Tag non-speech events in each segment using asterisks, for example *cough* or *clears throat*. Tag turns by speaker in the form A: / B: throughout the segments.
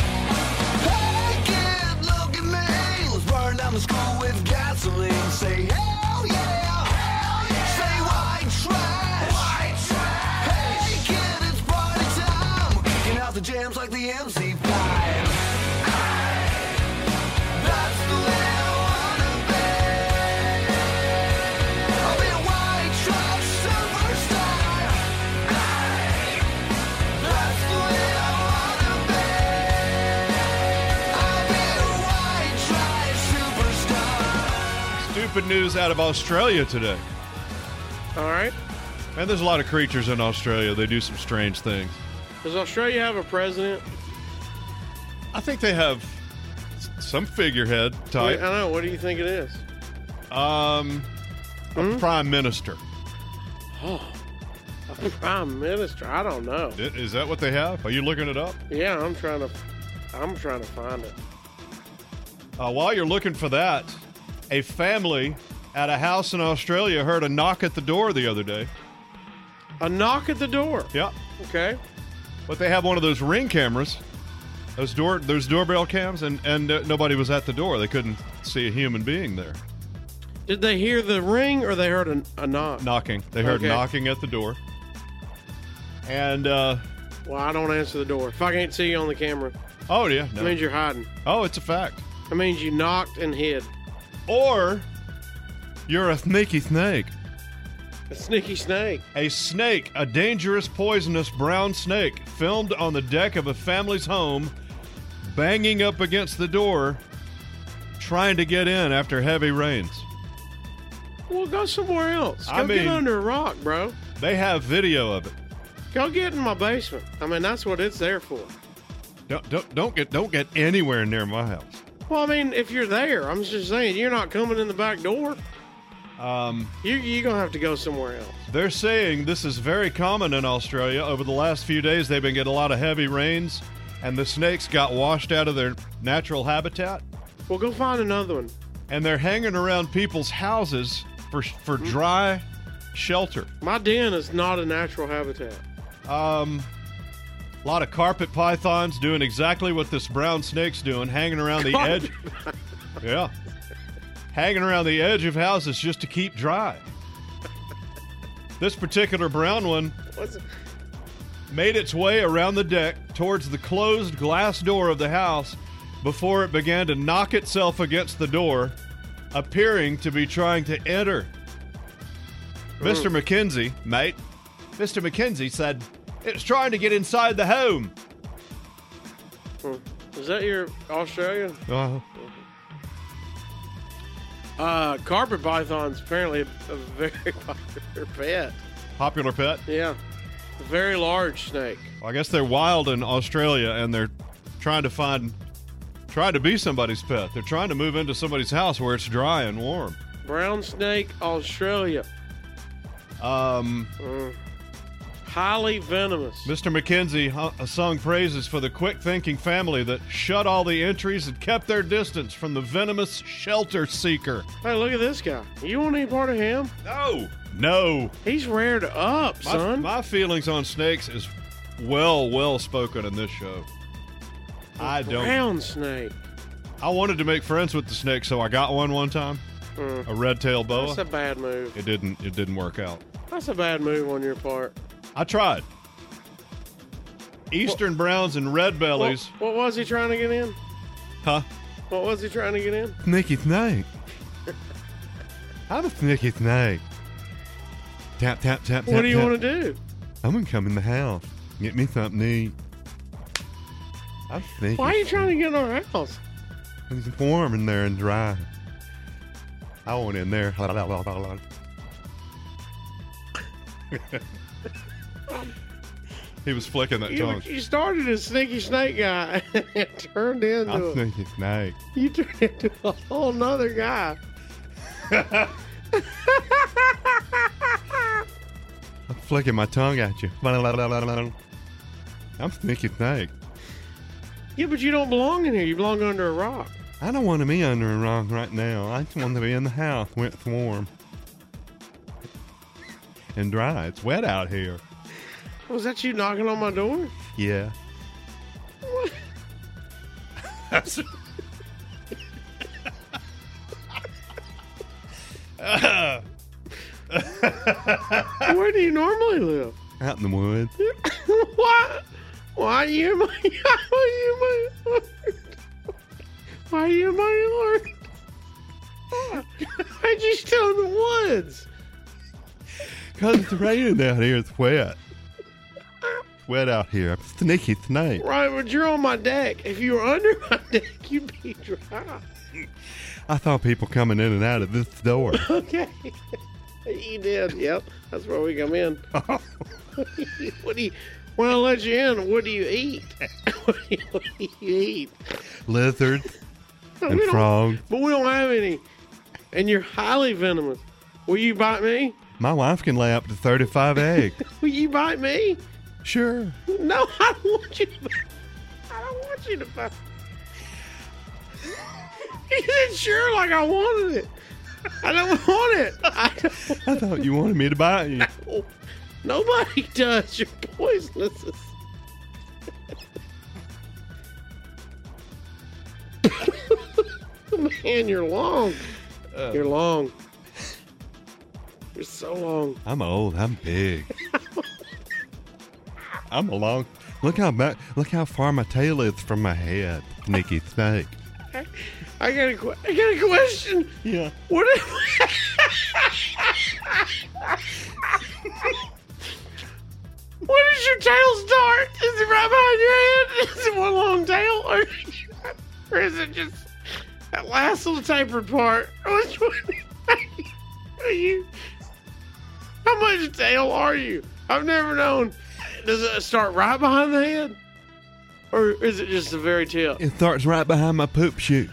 A: Hey kid, look at me. Let's burn down the school with gasoline. Say hell yeah. Hell yeah. Say white trash. White trash. Hey kid, it's party time. We're kicking out the jams like the MC5. That's the way I wanna be. I'll be a white trash superstar. That's the way I wanna be. I'll be a white trash superstar.
B: Stupid news out of Australia today.
C: All right.
B: Man, there's a lot of creatures in Australia. They do some strange things.
C: Does Australia have a president?
B: I think they have s- some figurehead
C: Wait,
B: type.
C: I don't know. What do you think it is? *laughs*
B: Um, a prime minister.
C: A prime minister? I don't know.
B: I- Is that what they have? Are you looking it up?
C: Yeah, I'm trying to. I'm trying to find it.
B: Uh, while you're looking for that, a family at a house in Australia heard a knock at the door the other day.
C: A knock at the door.
B: Yeah,
C: Okay.
B: but they have one of those ring cameras, those door, those doorbell cams, and and uh, nobody was at the door. They couldn't see a human being there
C: Did they hear the ring or they heard a, a knock?
B: knocking. They heard
C: Okay.
B: knocking at the door, and uh,
C: Well, I don't answer the door. If I can't see you on the camera,
B: oh yeah,
C: that
B: no.
C: means you're hiding.
B: oh it's a fact.
C: That means you knocked and hid.
B: Or you're a sneaky snake.
C: A sneaky snake.
B: A snake, a dangerous, poisonous brown snake, filmed on the deck of a family's home, banging up against the door, trying to get in after heavy rains.
C: Well, go somewhere else. Go
B: I
C: get
B: mean-
C: under a rock, bro.
B: They have video of it.
C: Go get in my basement. I mean, that's what it's there for.
B: Don't, don't, don't get don't get anywhere near my house.
C: Well, I mean, if you're there, I'm just saying you're not coming in the back door.
B: Um,
C: You you gonna have to go somewhere else.
B: they're saying this is very common in Australia. Over the last few days, they've been getting a lot of heavy rains, and the snakes got washed out of their natural habitat.
C: Well, go find another one.
B: and they're hanging around people's houses for for dry shelter.
C: My den is not a natural habitat.
B: Um, a lot of carpet pythons doing exactly what this brown snake's doing, hanging around the edge. yeah, hanging around the edge of houses just to keep dry. This particular brown one
C: What's
B: made its way around the deck towards the closed glass door of the house before it began to knock itself against the door, appearing to be trying to enter. Mr. McKenzie, mate, Mr. McKenzie said, It's trying to get inside the home.
C: is that your Australia?
B: Uh,
C: Uh, carpet python's apparently a, a very *laughs* popular pet.
B: popular pet.
C: Yeah, a very large snake.
B: I guess they're wild in Australia and they're trying to find, trying to be somebody's pet. They're trying to move into somebody's house where it's dry and warm.
C: Brown snake, Australia.
B: Um,
C: Highly venomous.
B: Mr. McKenzie hu- sung praises for the quick thinking family that shut all the entries and kept their distance from the venomous shelter seeker.
C: Hey, look at this guy. You want any part of him?
B: No. No.
C: He's reared up,
B: My,
C: son.
B: my feelings on snakes is well, well spoken in this show. I don't.
C: Brown snake.
B: I wanted to make friends with the snake, so I got one one time. A red tail boa.
C: Mm. That's a bad move.
B: It didn't. It didn't work out.
C: That's a bad move on your part.
B: I tried. Eastern browns and red
C: What,
B: bellies,
C: what was he trying to get in?
B: huh?
C: What was he trying to get in?
B: Sneaky snake. I'm a sneaky snake. Tap, tap, tap,
C: What do you want to do?
B: I'm going to come in the house. Get me something to eat. I'm sneaky.
C: Why are you trying to get in our house?
B: It's warm in there and dry. I want in there. *laughs* he was flicking that
C: You,
B: tongue.
C: you started as sneaky snake guy *laughs* and it turned
B: I'm
C: into a,
B: sneaky snake.
C: you turned into a whole nother guy.
B: *laughs* I'm flicking my tongue at you. I'm thinking, hey,
C: Yeah, but you don't belong in here. You belong under a rock.
B: I don't want to be under a rock right now. I just want to be in the house where it's warm and dry. It's wet out here.
C: Was that you knocking on my
B: *laughs*
C: door?
B: Yeah. That's.
C: Where do you normally live? *laughs*
B: Out in the woods.
C: Why? Why are you in my? *laughs* Why are you in my yard? Why are you in my *laughs* yard? Why'd you still in the woods?
B: Because it's raining out here. It's wet. It's wet out here. I'm sneaky tonight.
C: Right, but you're on my deck. If you were under my *laughs* deck, you'd be dry.
B: I saw people coming in and out of this door.
C: Okay. *laughs* You did. Yep. That's where we come in. *laughs* what do you? When I let you in, what do you eat? *laughs* what, do you, what do you eat?
B: Lizards
C: We
B: and
C: don't-
B: frogs.
C: But we don't have any. And you're highly venomous. Will you bite me?
B: My wife can lay up to 35 eggs.
C: Will you bite me?
B: Sure.
C: No, *laughs* I don't want you to bite. I don't want you to bite. You said sure like I wanted it. I don't *laughs* want it. I don't.
B: I thought you wanted me to bite you.
C: Oh, Nobody does. You're poisonous. *laughs* Man, you're long. You're long. You're so long.
B: I'm old. I'm big. I'm a long. Look how back, look how far my tail is from my head, Nicky Snake.
C: I, I got a que- I got a question.
B: Yeah.
C: What if Where does your tail start? Is it right behind your head? Is it one long tail? Or, or is it just that last little tapered part? *laughs* Which one are you? How much tail are you? I've never known. Does it start right behind the head? Or is it just the very tip?
B: It starts right behind my poop chute.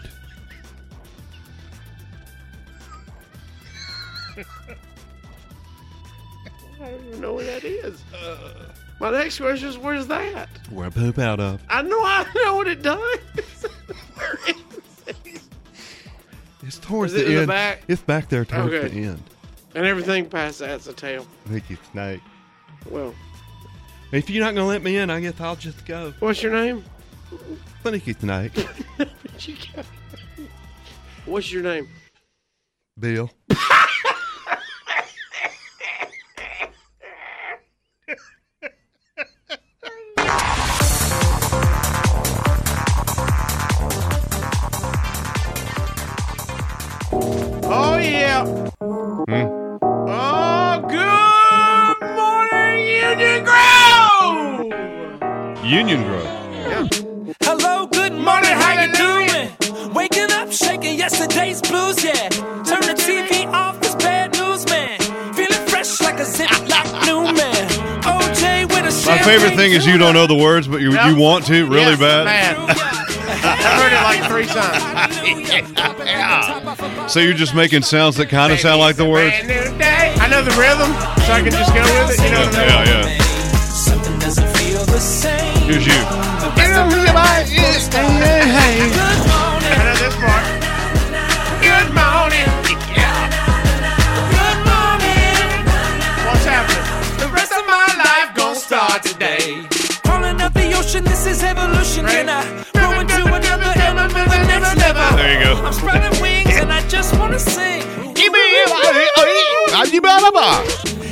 C: I don't even know where that is. Uh, My next question is, where's that?
B: Where I poop out of.
C: I know I know what it does. *laughs* Where is it?
B: It's towards
C: Is it
B: the
C: in the
B: end.
C: back?
B: It's back there towards
C: Okay.
B: the end.
C: and everything past that's a tail.
B: Nicky Snake.
C: Well,
B: If you're not gonna let me in, I guess I'll just go.
C: what's your name?
B: Nicky
C: *laughs*
B: Snake.
C: Where'd you go? What's your name?
B: Bill.
C: Oh yeah.
B: Hmm?
C: Oh, good morning, Union Grove.
B: Union Grove.
D: Hello, good morning, how you doing? Waking up, shaking yesterday's blues, yeah. Turn the TV off, it's bad news, man. Feeling fresh like a Ziploc new man. OJ with a
B: My favorite thing is you don't know the words, but you, you want to really
C: Yes,
B: bad.
C: Man, I heard it
D: *laughs*
C: like three times.
B: *laughs* So you're just making sounds that kind of sound like the words.
C: Brand new day. I know the rhythm, so I can just go with it. You know what I mean?
B: Yeah, yeah.
D: Something doesn't feel the same.
B: Here's you.
C: You know who you are, it's the name.
D: Good
C: I
D: morning,
C: know this part. Good morning.
D: good morning.
C: What's happening?
D: The rest of my life
C: Gonna start today.
D: Crawling up the ocean, this is evolution. Can I grow into another element? Never, never.
B: There you go.
D: I'm spreading wings and I just wanna sing.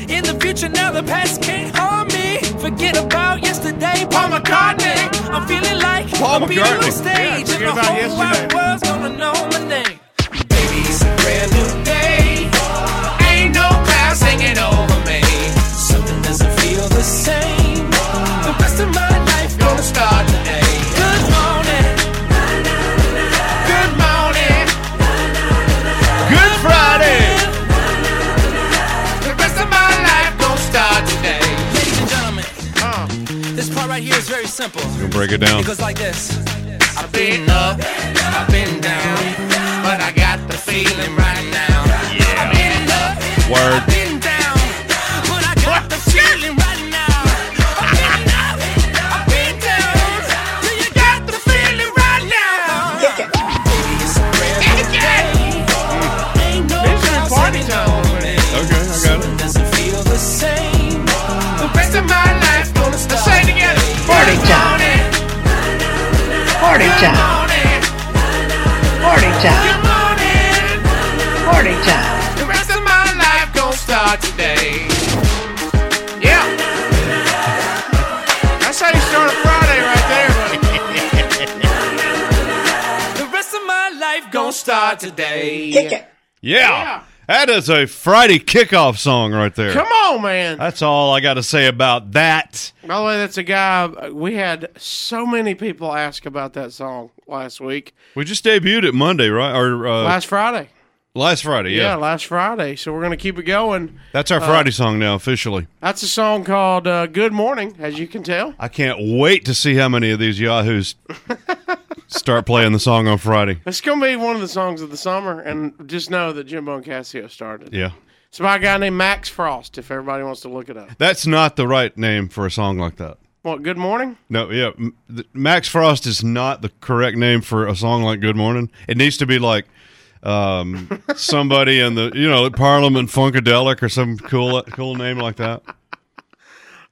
D: In the future, now the past can't harm me. Forget about yesterday, Paul McCartney. I'm feeling like
B: Paul
D: I'll be on
B: McCartney.
D: stage,
C: Yeah,
D: and the
C: forget about
D: whole wide
C: yesterday.
D: world's gonna know my name. Baby, it's a brand new day. Ain't no clouds hanging over me. Something doesn't feel the same. The rest of my life gonna start today. Good morning. Good morning.
B: Good Friday.
D: The rest of my life gonna start today. Ladies and gentlemen, this part right here is very simple.
B: We'll break it down.
D: It goes like this. I've been up, I've been down, but I got the feeling right now. Yeah. I've been up,
B: Word.
D: I've been down, but I got the feeling right now. I've been up, I've been
E: time.
D: morning,
E: Party time.
D: good morning.
E: Party time.
D: The rest of my life gon' start today. Yeah. That's how you start a Friday right there, buddy. the rest of my life gon' start today.
E: Kick it.
B: Yeah.
C: Yeah.
B: That is a Friday kickoff song right there.
C: Come on, man.
B: That's all I got to say about that.
C: By the way, that's a guy. uh, We had so many people ask about that song last week,
B: We just debuted it Monday, right? Or uh, last,
C: last Friday.
B: Friday,
C: Yeah.
B: yeah.
C: last Friday. So we're gonna keep it going.
B: That's our Friday song now officially.
C: That's a song called uh, "Good Morning," as you can tell.
B: I can't wait to see how many of these yahoos start playing the song on Friday.
C: It's gonna be one of the songs of the summer, and just know that Jimbo and Cassio started.
B: Yeah.
C: It's by a guy named Max Frost. If everybody wants to look it up.
B: That's not the right name for a song like that.
C: What? Good morning.
B: No, yeah. M- th- Max Frost is not the correct name for a song like Good Morning. It needs to be like
C: *laughs*
B: um, somebody in the, you know, Parliament Funkadelic or some cool cool name like that.
C: Well,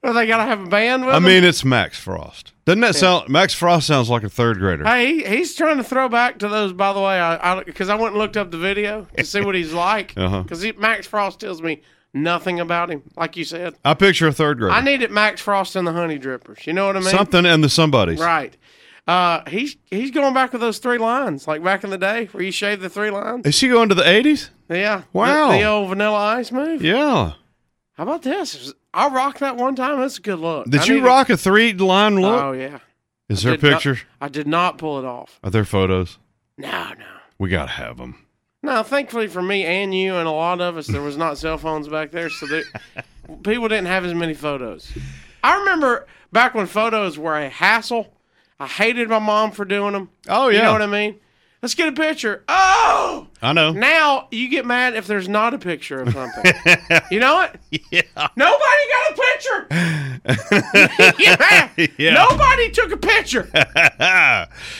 C: Oh, they gotta have a band with
B: I
C: them?
B: mean, it's Max Frost. Doesn't that sound, Max Frost sounds like a third grader.
C: Hey, he- he's trying to throw back to those. By the way, I because I, went and looked up the video to
B: *laughs*
C: see what he's like.
B: Uh-huh.
C: Because Max Frost tells me nothing about him, like you said.
B: I picture a third grader.
C: I needed Max Frost and the Honey Drippers. You know what I mean?
B: Something and the somebodies.
C: Right. Uh, he's he's going back with those three lines, like back in the day where you shaved the three lines.
B: Is she going to the 80s?
C: Yeah. The-
B: Wow.
C: The, old Vanilla Ice move.
B: Yeah.
C: How about this? I rocked that one time. That's a good look.
B: Did
C: I
B: you
C: needed-
B: rock a three line look?
C: Oh yeah.
B: Is there
C: Did not-
B: pictures?
C: I did not pull it off.
B: Are there photos?
C: No, no.
B: We got to have them.
C: No, thankfully for me and you and a lot of us, there was not cell phones back there,
B: *laughs*
C: so there, people didn't have as many photos. I remember back when photos were a hassle. I hated my mom for doing them.
B: Oh,
C: you
B: yeah.
C: know what I mean. Let's get a picture. Oh,
B: I know.
C: now you get mad if there's not a picture
B: *laughs*
C: of something. you know what? Yeah. Nobody
B: *laughs*
C: got a picture. *laughs* yeah.
B: Yeah.
C: Nobody took
B: *laughs*
C: a picture.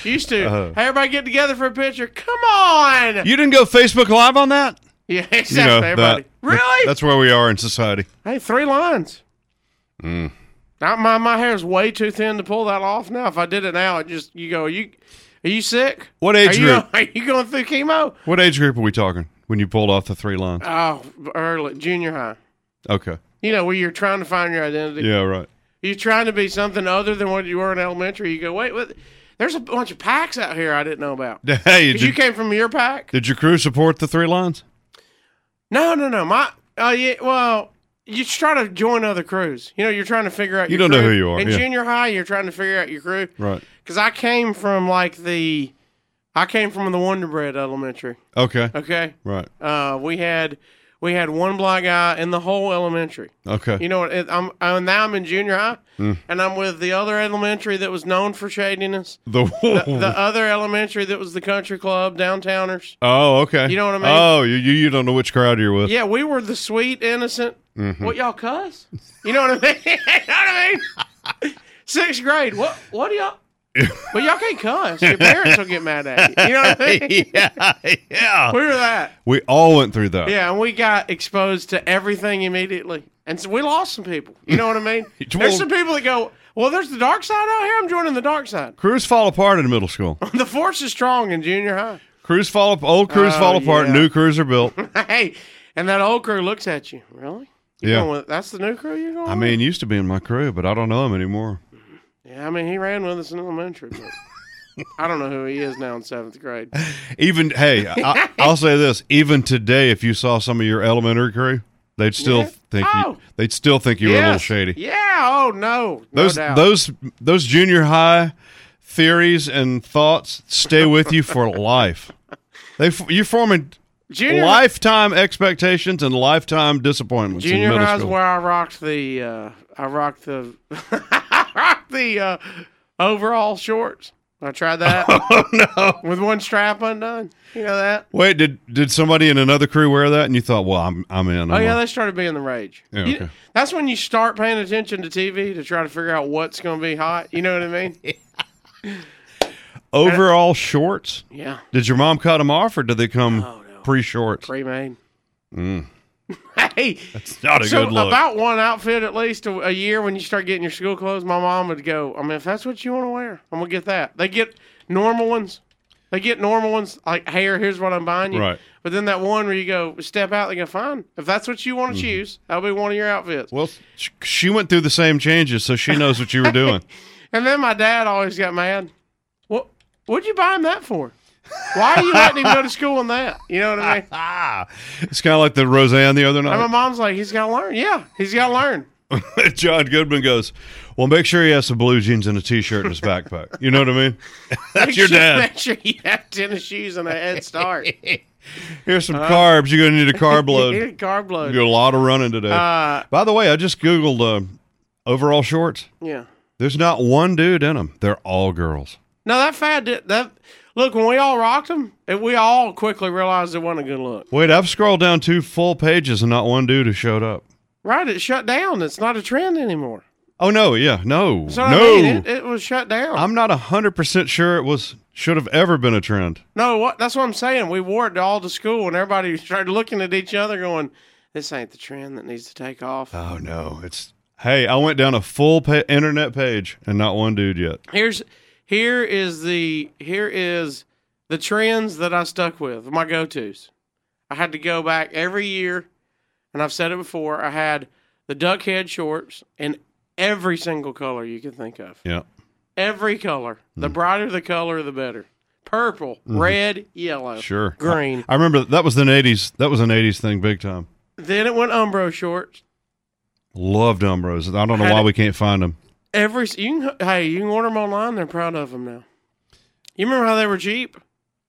C: Used to.
B: Uh-huh.
C: Hey, everybody get together for a picture. Come on. *laughs*
B: you didn't go Facebook Live on that?
C: Yeah, exactly.
B: You know,
C: everybody.
B: that-
C: really?
B: That's where we are in society.
C: hey, three lines.
B: Mm.
C: Not my my hair is way too thin to pull that off now. If I did it now, it just you go. Are you are you sick?
B: What
C: are
B: age
C: you,
B: group?
C: *laughs* Are you going through chemo?
B: What age group are we talking when you pulled off the three lines?
C: Oh, early junior high.
B: Okay.
C: You know where you're trying to find your identity.
B: Yeah, right. *laughs*
C: You're trying to be something other than what you were in elementary. You go wait, what? There's a bunch of packs out here I didn't know about.
B: Hey, did,
C: Did you
B: you,
C: came from your pack?
B: did your crew support the three lines?
C: No, no, no. My, oh yeah. Well, you just try to join other crews. You know, you're trying to figure out.
B: You
C: your
B: don't know
C: crew.
B: who you are,
C: In
B: yeah.
C: junior high, you're trying to figure out your crew.
B: Right.
C: Because I came from like the, I came from the Wonder Bread Elementary.
B: Okay.
C: Okay.
B: Right.
C: Uh, we had, we had one black guy in the whole elementary.
B: Okay.
C: You know what? it- I'm, I'm now I'm in junior high, and I'm with the other elementary that was known for shadiness.
B: *laughs* the,
C: The uh, other elementary that was the country club downtowners.
B: Oh, okay.
C: You know what I mean?
B: Oh, you you, you don't know which crowd you're with.
C: Yeah, we were the sweet, innocent. What y'all cuss? You know what I mean? *laughs* you know what I mean? Sixth grade. What? What do y'all? well, y'all can't cuss. Your parents will get mad at you. You know what I mean?
B: *laughs* yeah. yeah.
C: *laughs* We were that.
B: We all went through that.
C: Yeah, and we got exposed to everything immediately, and so we lost some people. You know what I mean? There's some people that go, "Well, there's the dark side out here. I'm joining the dark side."
B: Crews fall apart in middle school.
C: *laughs* the force is strong in junior high.
B: Crews fall up. Old crews
C: Oh,
B: fall apart.
C: yeah.
B: New crews are built.
C: hey, and that old crew looks at you. Really? *laughs* You
B: Yeah.
C: going with- that's the new crew you're going.
B: I
C: with?
B: mean, used to be in my crew, but I don't know him anymore.
C: Yeah, I mean, he ran with us in elementary, but *laughs* I don't know who he is now in seventh grade.
B: Even
C: *laughs*
B: hey, I, I'll say this: even today, if you saw some of your elementary crew, they'd still
C: Yeah.
B: think
C: Oh.
B: you, they'd still think *laughs* you were a little
C: Yes.
B: shady.
C: Yeah. Oh no. no
B: Those
C: doubt.
B: those those junior high theories and thoughts stay with you
C: *laughs*
B: for life. They f- you're forming
C: junior
B: lifetime expectations and lifetime disappointments. in
C: junior
B: middle
C: high is
B: school. *laughs*
C: where I rocked the uh, I rocked the *laughs* I rocked the uh, overall shorts. I
B: *laughs*
C: tried that. oh no. With one strap undone. You know that?
B: Wait, did did somebody in another crew wear that and you thought, well, I'm I'm in. I'm
C: Oh yeah,
B: on.
C: they started being the rage.
B: Yeah,
C: You-
B: okay.
C: that's when you start paying attention to TV to try to figure out what's going to be hot. You know what I
B: *laughs*
C: mean?
B: overall shorts.
C: Yeah.
B: Did your mom cut them off, or did they come
C: Oh,
B: pre-shorts?
C: Pre-made. *laughs* hey,
B: Not Mm. a
C: so
B: good look.
C: about one outfit at least a, a year when you start getting your school clothes my mom would go i mean if that's what you want to wear i'm gonna get that they get normal ones. They get normal ones like hair. Here's what I'm buying you.
B: Right.
C: But then that one where you go step out, they go fine. If that's what you want
B: Mm-hmm.
C: to choose, that'll be one of your outfits.
B: Well, sh- she went through the same changes, so she knows what you were
C: *laughs*
B: doing.
C: And then my dad always got mad. What? What'd you buy him that for? Why are you letting him go to school in that? You know what
B: *laughs*
C: I mean?
B: ah, it's kind of like the Roseanne the other
C: And my
B: night.
C: mom's like, he's got to learn. Yeah, he's got to learn.
B: *laughs* John Goodman goes, "Well, make sure he has some blue jeans and a t-shirt in his backpack." You know what I mean? That's
C: *laughs* Make
B: your
C: sure-
B: dad.
C: *laughs* Make sure you have tennis shoes and a
B: *laughs*
C: head start.
B: Here's some
C: Uh-huh.
B: carbs. You're gonna need a carb
C: *laughs*
B: load.
C: Carb
B: You
C: load.
B: do a lot of running today.
C: Uh,
B: By the way, I just googled uh, overall shorts.
C: yeah.
B: There's not one dude in them. They're all girls.
C: No, that fad did that. Look, when we all rocked them, and we all quickly realized it wasn't a good look.
B: Wait, I've scrolled down two full pages and not one dude has showed up.
C: Right? It shut down. It's not a trend anymore.
B: Oh no, yeah, no,
C: So
B: no.
C: I mean, it, it was shut down.
B: I'm not hundred percent sure it was should have ever been a trend.
C: no, what? That's what I'm saying. We wore it all to school, and everybody *laughs* started looking at each other, going, "This ain't the trend that needs to take off."
B: Oh no, it's hey, I went down a full pa- internet page and not one dude yet.
C: Here's here is the here is the trends that I stuck with, my go-tos. I had to go back every year, and I've said it before, I had the duck head shorts in every single color you could think of.
B: Yeah,
C: Every color. The
B: Mm.
C: brighter the color, the better. Purple, red, yellow,
B: Mm-hmm. sure.
C: green.
B: I, I remember that was an '80s. That was an '80s thing, big time.
C: then it went Umbro shorts.
B: Loved Umbros. I don't know
C: Had
B: why
C: it-
B: we can't find them.
C: Every you can, hey, you can order them online. They're proud of them now. You remember how they were cheap?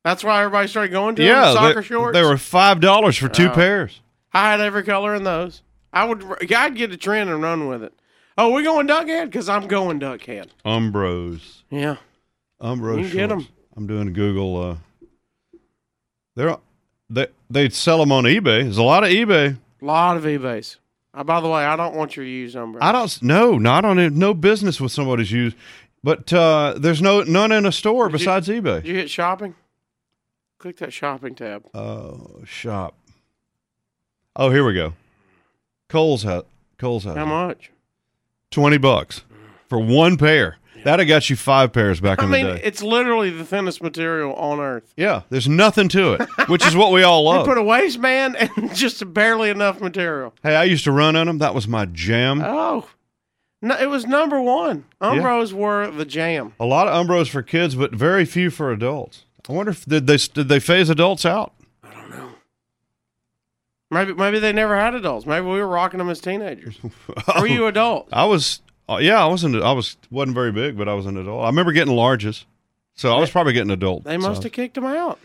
C: That's why everybody started going to
B: Yeah,
C: them, soccer
B: they,
C: shorts. Oh.
B: they were five dollars for two pairs.
C: I had every color in those. I would. I'd get a trend and run with it. Oh, we going duckhead? Cause I'm going duckhead.
B: Umbros.
C: Yeah.
B: Umbro
C: You can get
B: shorts.
C: 'em.
B: I'm doing Google. Uh, they're they they sell them on eBay. There's a lot of eBay.
C: lot of eBays. Uh, by the way, I don't want your used number.
B: I don't s- no no I don't have no business with somebody's used, but uh, there's no none in a store besides
C: Did
B: eBay.
C: you hit shopping? Click that shopping tab.
B: Oh shop. Oh here we go. Cole's hat. Cole's hat.
C: How much?
B: Twenty bucks for one pair. That'd have got you five pairs back
C: I
B: in
C: mean,
B: the day.
C: it's literally the thinnest material on earth.
B: yeah, there's nothing to
C: *laughs*
B: it, which is what we all
C: You
B: love.
C: put a waistband *laughs* and just barely enough material.
B: hey, I used to run in them. That was my jam.
C: Oh, no, it was number one. Umbros were the jam.
B: A lot of Umbros for kids, but very few for adults. I wonder if did they did they phase adults out?
C: Maybe maybe they never had adults. Maybe we were rocking them
B: *laughs*
C: as teenagers. Were you adult?
B: I was uh, yeah, I wasn't I was wasn't very big, but I was an adult. I remember getting larges. So I was probably getting adult.
C: They must
B: size.
C: have kicked them out.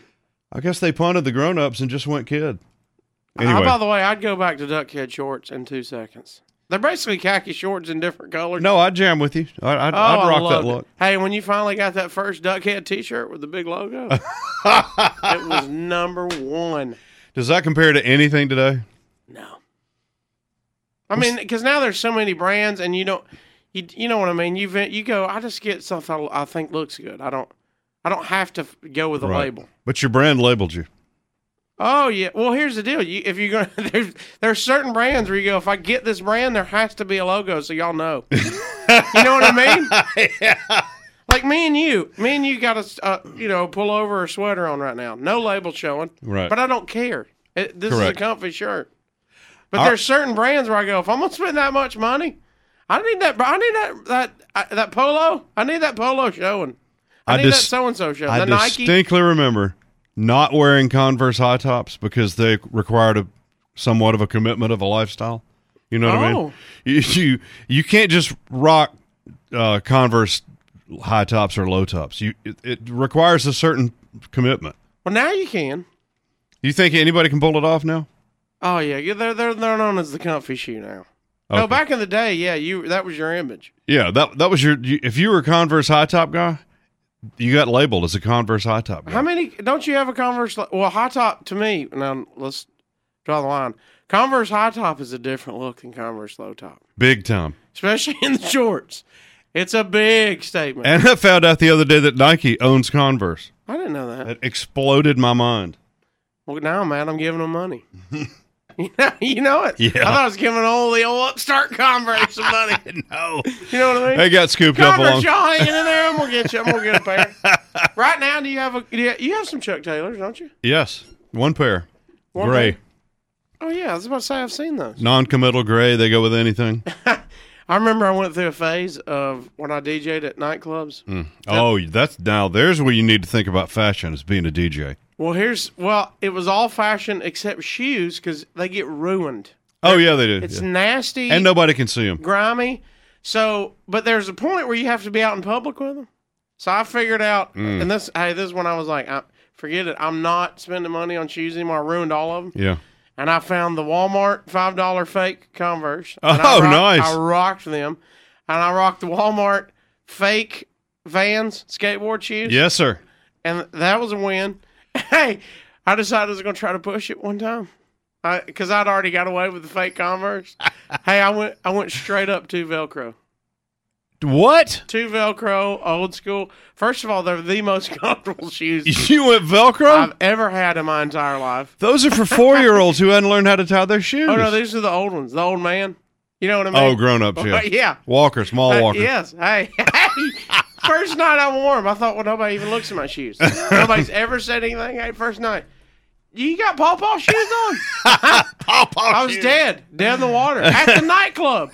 B: I guess they punted the grown ups and just went kid.
C: I-
B: Anyway.
C: Uh, by the way, I'd go back to duckhead shorts in two seconds. They're basically khaki shorts in different colors.
B: no, I'd jam with you. I I'd,
C: Oh,
B: I'd
C: I
B: rock that
C: loved it.
B: look.
C: Hey, when you finally got that first duckhead T-shirt with the
B: *laughs*
C: big logo, it was number one.
B: Does that compare to anything today?
C: No, I mean, because now there's so many brands, and you don't, you you know what I mean. You vent- you go. I just get something I think looks good. I don't, I don't have to f- go with a
B: Right.
C: label.
B: But your brand labeled you.
C: Oh yeah. Well, here's the deal. You, if you're gonna, *laughs* there's there's certain brands where you go. If I get this brand, there has to be a logo, so
B: *laughs*
C: y'all know. you know what I mean? Like me and you, me and you got a uh, you know pullover or sweater on right now, no label showing.
B: Right.
C: But I don't care. It, this
B: Correct.
C: is a comfy shirt. But
B: Our-
C: there's certain brands where I go. If I'm gonna spend that much money, I need that. I need that that uh, that polo. I need that polo showing. I,
B: I
C: need
B: dis-
C: that so and so showing.
B: I
C: the Nike.
B: distinctly remember not wearing Converse high tops because they required a somewhat of a commitment of a lifestyle. You know what I mean?
C: Oh.
B: You, you you can't just rock uh, Converse high tops or low tops. You it, it requires a certain commitment.
C: well, now you can.
B: You think anybody can pull it off now?
C: Oh yeah, yeah, they're they're they're known as the comfy shoe now.
B: Okay.
C: No, back in the day, yeah, you that was your image.
B: Yeah, that that was your. You, if you were a Converse high top guy, you got labeled as a Converse high top guy.
C: How many? Don't you have a Converse? li- Well, high top to me. Now let's draw the line. Converse high top is a different look than Converse low top,
B: Big time.
C: especially in the shorts. It's a big statement.
B: And I found out the other day that Nike owns Converse.
C: I didn't know that.
B: That exploded my mind.
C: Well, now, man, I'm giving them money. you know it.
F: Yeah.
C: I thought I was giving all the old upstart Converse some money. *laughs*
F: no.
C: You know what I mean?
B: They got scooped up along.
C: Converse, y'all hanging in there. I'm gonna get you. I'm gonna get a
B: *laughs*
C: pair. right now, do you have a? Do you, you have some Chuck Taylors, don't you?
B: Yes, one pair,
C: One
B: gray,
C: pair. Oh yeah, I was about to say I've seen those.
B: non-committal gray. They go with
C: *laughs*
B: anything.
C: I remember I went through a phase of when I DJ'd at nightclubs.
B: Oh, that's now. There's where you need to think about fashion as being a DJ.
C: Well, here's well, it was all fashion except shoes because they get ruined.
B: Oh yeah, they do.
C: It's
B: Yeah.
C: nasty
B: And nobody can see them.
C: grimy. So, but there's a point where you have to be out in public with them. So I figured out,
B: Hmm.
C: and this hey, this is when I was like, I, forget it, I'm not spending money on shoes anymore. I ruined all of them.
B: Yeah.
C: and I found the Walmart five dollar fake Converse.
B: Oh,
C: And I rocked-
B: nice.
C: I rocked them, and I rocked the Walmart fake Vans skateboard shoes,
B: Yes, sir.
C: and that was a win. *laughs* Hey, I decided I was going to try to push it one time, because I'd already got away with the
B: *laughs*
C: fake Converse. hey, I went I went straight up to Velcro.
B: What? *laughs*
C: Two Velcro, old school. First of all, they're the most *laughs* comfortable shoes
B: You went Velcro?
C: I've ever had in my entire life.
B: Those are for four-year-olds who hadn't learned how to tie their shoes.
C: Oh no, these are the old ones. The old man. You know what I mean?
B: Oh, grown-ups. Yeah.
C: *laughs* yeah.
B: Walker, small
C: Uh,
B: walker.
C: yes. Hey. *laughs* hey. first night I wore 'em, I thought, well, nobody even looks at my shoes. Nobody's ever said anything. Hey, first night. You got Paw Paw shoes on? I was dead, dead in the water at
B: *laughs*
C: the nightclub.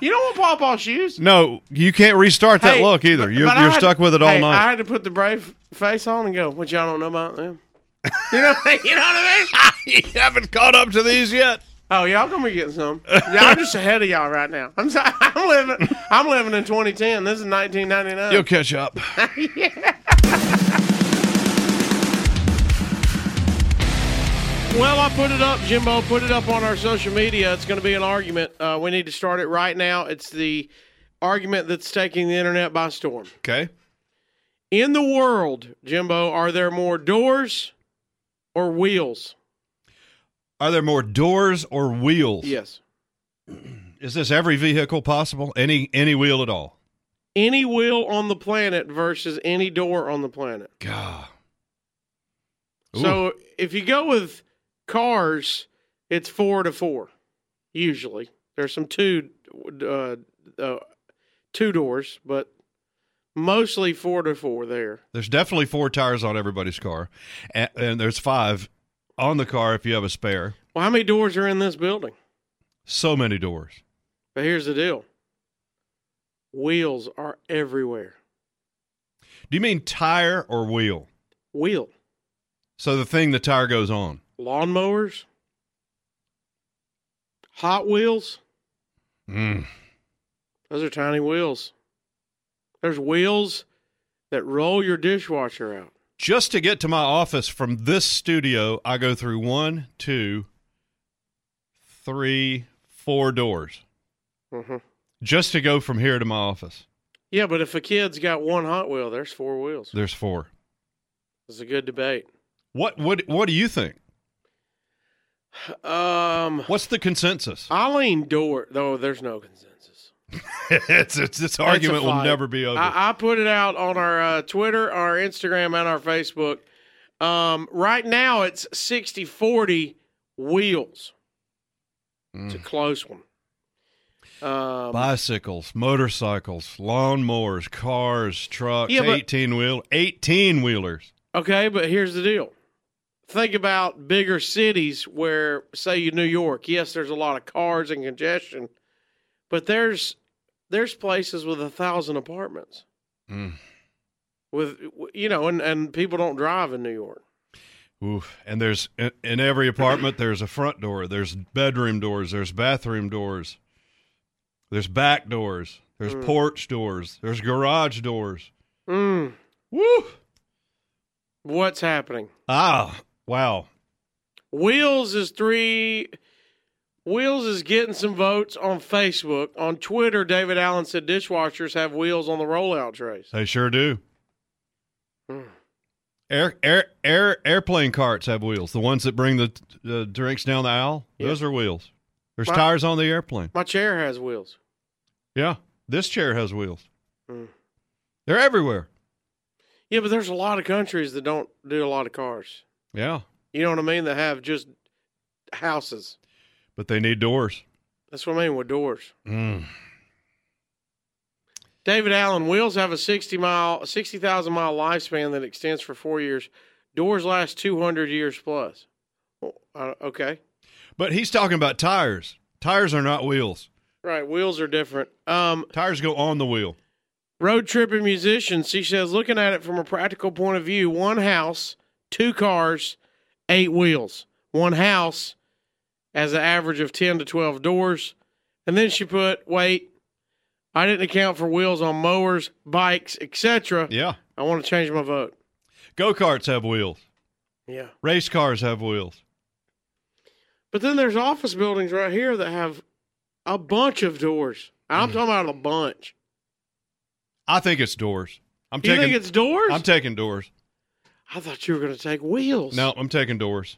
C: You don't want Paw Paw shoes.
B: No, you can't restart that
C: Hey,
B: look either.
C: but-
B: You're,
C: but I
B: you're
C: had-
B: stuck with it all
C: hey, I
B: night.
C: had to put the brave face on and go, what y'all don't know about them? You know, *laughs* you know what I mean?
B: *laughs* you haven't caught up to these yet.
C: Oh, y'all gonna be getting some. Y'all just ahead of y'all right now. I'm sorry. *laughs* I'm living. I'm living in 2010. This is 1999.
B: You'll catch up.
C: Well, I put it up, Jimbo. Put it up on our social media. It's going to be an argument. Uh, we need to start it right now. It's the argument that's taking the internet by storm.
B: Okay.
C: In the world, Jimbo, are there more doors or wheels?
B: Are there more doors or wheels?
C: Yes.
B: Is this every vehicle possible? Any any wheel at all?
C: Any wheel on the planet versus any door on the planet.
B: God.
C: So if you go with cars, it's four to four, usually. There's some two uh, uh, two doors, but mostly four to four there.
B: There's definitely four tires on everybody's car, and, and there's five on the car if you have a spare.
C: Well, how many doors are in this building?
B: So many doors.
C: But here's the deal: wheels are everywhere.
B: Do you mean tire or wheel?
C: Wheel
B: So the thing the tire goes on.
C: lawnmowers, Hot Wheels.
B: Mm.
C: Those are tiny wheels. There's wheels that roll your dishwasher out.
B: Just to get to my office from this studio, I go through one, two, three, four doors
C: Mhm.
B: just to go from here to my office.
C: Yeah, but if a kid's got one Hot Wheel, there's four wheels.
B: There's four.
C: It's a good debate.
B: What what what do you think?
C: Um,
B: What's the consensus?
C: I lean door. Though there's no consensus.
B: *laughs* it's, it's this argument will
C: fight.
B: never be over.
C: I, I put it out on our uh, Twitter, our Instagram, and our Facebook. Um, right now, it's 60 40 wheels. It's a close one. Um,
B: Bicycles, motorcycles, lawnmowers, cars, trucks,
C: Yeah, but-
B: eighteen wheel, eighteen wheelers.
C: Okay, but here's the deal. Think about bigger cities where, say, you New York. Yes, there's a lot of cars and congestion, but there's there's places with a thousand apartments.
B: Mm.
C: With you know, and and people don't drive in New York.
B: Oof. And there's in, in every apartment there's a front door, there's bedroom doors, there's bathroom doors, there's back doors, there's porch doors, there's garage doors.
C: Mm,
B: Woo!
C: what's happening?
B: Ah, wow.
C: Wheels is three. Wheels is getting some votes on Facebook. On Twitter, David Allen said dishwashers have wheels on the rollout trays.
B: They sure do.
C: Mm.
B: Air, air, air, airplane carts have wheels. The ones that bring the uh, drinks down the aisle,
C: Yeah.
B: those are wheels. There's
C: My-
B: tires on the airplane.
C: My chair has wheels.
B: Yeah, this chair has wheels.
C: Mm.
B: They're everywhere.
C: Yeah, but there's a lot of countries that don't do a lot of cars.
B: Yeah.
C: You know what I mean? That have just houses.
B: but they need doors.
C: That's what I mean with doors. David Allen wheels have a sixty mile, sixty thousand mile lifespan that extends for four years. Doors last two hundred years plus. Well, uh, okay,
B: But he's talking about tires. Tires are not wheels.
C: right. Wheels are different. Um,
B: Tires go on the wheel.
C: road tripping musicians. She says, looking at it from a practical point of view, one house, two cars, eight wheels. One house has an average of 10 to 12 doors. And then she put, wait, I didn't account for wheels on mowers, bikes, etc.
B: Yeah.
C: I want to change my vote.
B: Go karts have wheels.
C: Yeah.
B: Race cars have wheels.
C: But then there's office buildings right here that have a bunch of doors.
B: Mm.
C: I'm talking about a bunch.
B: I think it's doors. I'm
C: You
B: taking.
C: think it's doors?
B: I'm taking doors.
C: I thought you were going to take wheels.
B: No, I'm taking doors.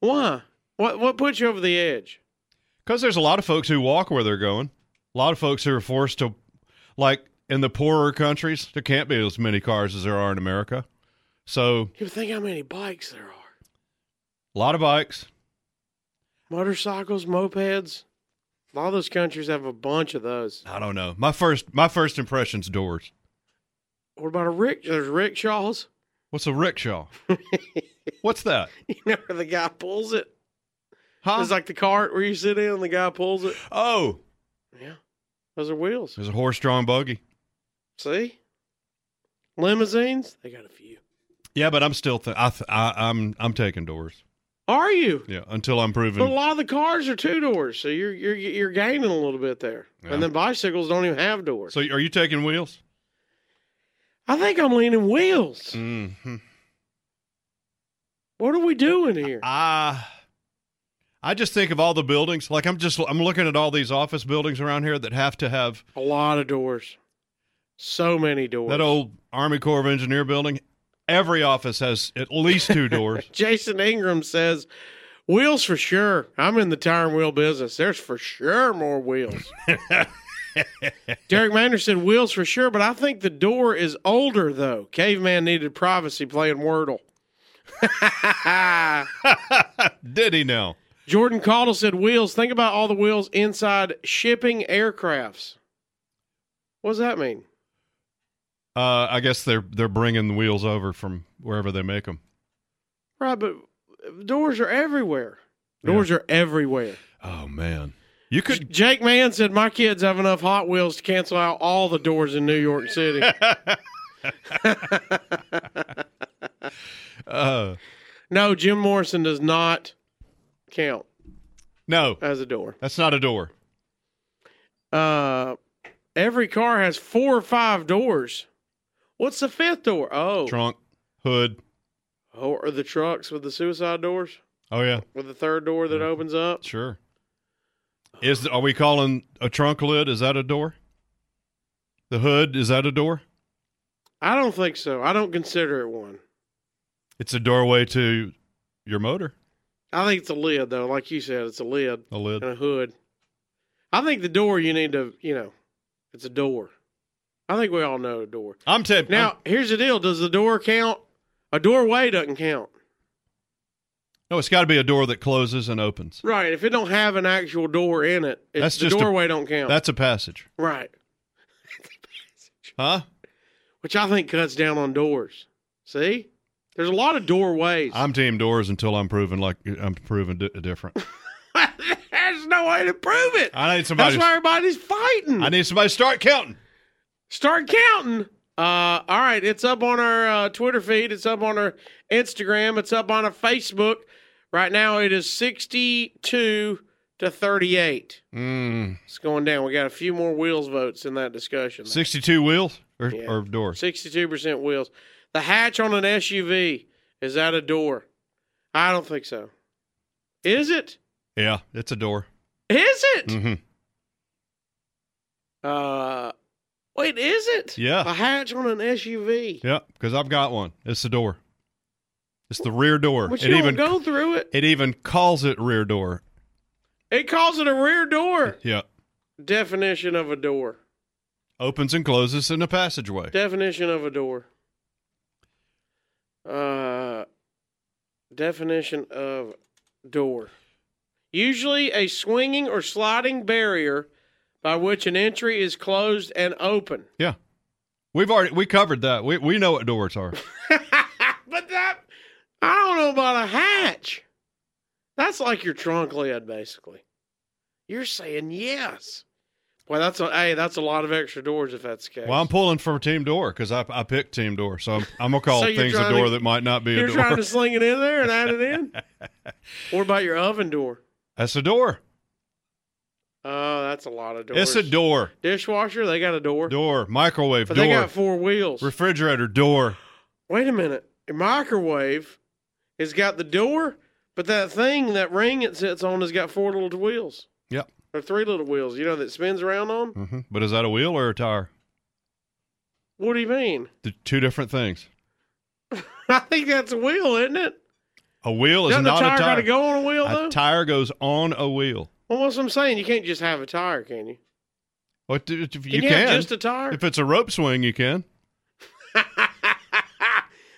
C: Why? What what puts you over the edge?
B: Because there's a lot of folks who walk where they're going. A lot of folks who are forced to, like in the poorer countries, there can't be as many cars as there are in America. So
C: You think how many bikes there are?
B: a lot of bikes.
C: Motorcycles, mopeds. A lot of those countries have a bunch of those.
B: I don't know. My first my first impression's doors.
C: What about a rick? There's rickshaws. *laughs*
B: What's a rickshaw? What's that?
C: You know where the guy pulls it.
B: Huh?
C: It's like the cart where you sit in and the guy pulls it.
B: oh,
C: Yeah, those are wheels.
B: there's a horse-drawn buggy.
C: See, limousines. They got a few.
B: Yeah, but I'm still th- I th- I, I'm I'm taking doors.
C: Are you?
B: Yeah, until I'm proven.
C: But a lot of the cars are two doors, so you're you're you're gaining a little bit there.
B: Yeah.
C: And then bicycles don't even have doors.
B: So are you taking wheels?
C: I think I'm leaning wheels.
B: Mm-hmm.
C: What are we doing here?
B: I I just think of all the buildings. Like I'm just I'm looking at all these office buildings around here that have to have
C: A lot of doors. So many doors.
B: that old Army Corps of Engineer building. Every office has at least two doors.
C: Jason Ingram says, Wheels for sure. I'm in the tire and wheel business. There's for sure more wheels. Derek Mander said, Wheels for sure, but I think the door is older, though. Caveman needed privacy playing Wordle. *laughs*
B: Did he now?
C: Jordan Caudle said, Wheels. Think about all the wheels inside shipping aircrafts. What does that mean?
B: Uh, I guess they're they're bringing the wheels over from wherever they make them.
C: Right, but doors are everywhere. Doors are everywhere.
B: Oh man, you could.
C: Jake Mann said, My kids have enough Hot Wheels to cancel out all the doors in New York City.
B: Uh,
C: no, Jim Morrison does not count
B: no,
C: as a door.
B: that's not a door.
C: Uh, every car has four or five doors. What's the fifth door? Oh,
B: Trunk, hood.
C: oh are the trucks with the suicide doors?
B: Oh yeah,
C: With the third door that opens up?
B: sure. Is are we calling a trunk lid? Is that a door? The hood is that a door?
C: I don't think so. I don't consider it one.
B: It's a doorway to your motor.
C: I think it's a lid, though. Like you said, it's a lid
B: A lid.
C: and a hood. I think the door you need to, you know, it's a door. I think we all know a door.
B: I'm taped
C: Now, here's the deal. Does the door count? A doorway doesn't count.
B: No, it's got to be a door that closes and opens.
C: Right. If it don't have an actual door in it, it's,
B: That's
C: the
B: just a-
C: doorway don't count.
B: That's a passage,
C: right.
B: huh?
C: Which I think cuts down on doors. See? There's a lot of doorways.
B: I'm team doors until I'm proven like I'm proven di- different.
C: *laughs* There's no way to prove it.
B: I need somebody.
C: That's why everybody's fighting.
B: I need somebody to start counting.
C: Start counting. Uh, all right, it's up on our uh, Twitter feed. It's up on our Instagram. It's up on our Facebook. Right now, it is sixty-two to thirty-eight.
B: Mm,
C: It's going down. We got a few more wheels votes in that discussion.
B: 62 wheels or,
C: Yeah.
B: or doors.
C: Sixty-two percent wheels. The hatch on an SUV is that a door? I don't think so. Is it?
B: Yeah, it's a door.
C: Is it?
B: hmm
C: Uh, wait, is it?
B: Yeah.
C: A hatch on an SUV.
B: Yeah, because I've got one. It's the door. It's the rear door.
C: But
B: it
C: you don't
B: even
C: go through it.
B: it even calls it rear door.
C: It calls it a rear door.
B: Yeah,
C: Definition of a door.
B: opens and closes in a passageway.
C: Definition of a door. Uh, definition of door. usually a swinging or sliding barrier by which an entry is closed and open. *laughs*
B: Yeah. We've already we covered that. We we know what doors are.
C: but that, I don't know about a hatch. That's like your trunk lid, basically. You're saying yes. Well, that's a hey, that's a lot of extra doors if that's the case.
B: Well, I'm pulling from team door because I, I picked team door, so I'm, I'm
C: *laughs*
B: gonna call
C: So you're
B: things a
C: trying
B: door
C: to-
B: that might not be a
C: You're trying
B: door.
C: to sling it in there and add it in. *laughs* what about your oven door?
B: *laughs* That's a door.
C: Oh, that's a lot of doors.
B: It's a door.
C: Dishwasher, they got a door,
B: Door. Microwave.
C: but
B: door.
C: they got four wheels.
B: Refrigerator. Door.
C: Wait a minute, your microwave has got the door, but that thing, that ring it sits on, has got four little wheels
B: Yep.
C: or three little wheels. You know that spins around on.
B: hmm But is that a wheel or a tire?
C: What do you mean? *laughs*
B: The two different things.
C: I think that's a wheel, isn't it?
B: A wheel is
C: Doesn't
B: not
C: a tire,
B: a
C: gotta
B: tire.
C: go on a wheel though?
B: a tire goes on a wheel.
C: well, what's I'm saying? You can't just have a tire, can you?
B: What do- if you,
C: Can you,
B: can?
C: have just a tire?
B: if it's a rope swing, you can.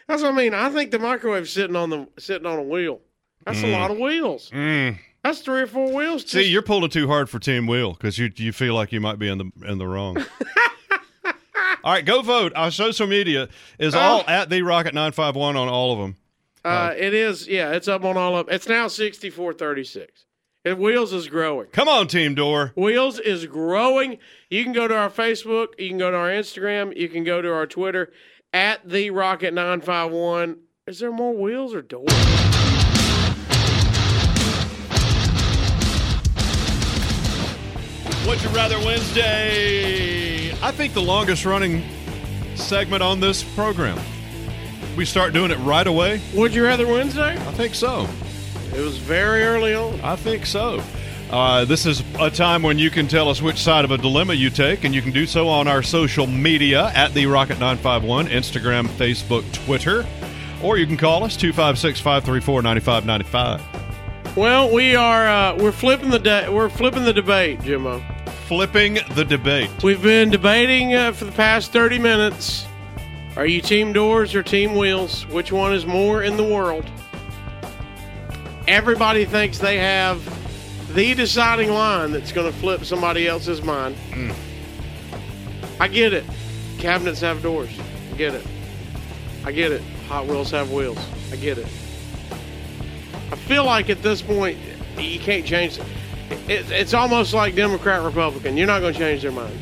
C: That's what I mean. I think the microwave's sitting on the sitting on a wheel. That's a lot of wheels.
B: Mm.
C: That's three or four wheels.
B: See,
C: just-
B: you're pulling too hard for Team Wheel because you you feel like you might be in the in the *laughs* wrong. all right, go vote. Our social media is all at the Rocket nine five one on all of them.
C: uh, it is. Yeah, it's up on all up. It's now sixty four thirty six. And wheels is growing.
B: Come on, Team Door.
C: Wheels is growing. You can go to our Facebook. You can go to our Instagram. You can go to our Twitter at the Rocket Nine Five One. Is there more wheels or doors?
B: Would you rather Wednesday? I think the longest running segment on this program. We start doing it right away.
C: Would you rather Wednesday?
B: I think so.
C: It was very early on.
B: I think so. Uh, this is a time when you can tell us which side of a dilemma you take, and you can do so on our social media at the Rocket 951, Instagram, Facebook, Twitter, or you can call us 256 534 9595.
C: Well, we are uh, we're flipping the de- we're flipping the debate, Jimmo.
B: Flipping the debate.
C: We've been debating uh, for the past 30 minutes. Are you team doors or team wheels? Which one is more in the world? Everybody thinks they have the deciding line that's going to flip somebody else's mind. I get it. Cabinets have doors. I get it. I get it. Hot wheels have wheels. I get it. I feel like at this point, you can't change it. It- It's almost like Democrat, Republican. You're not going to change their mind.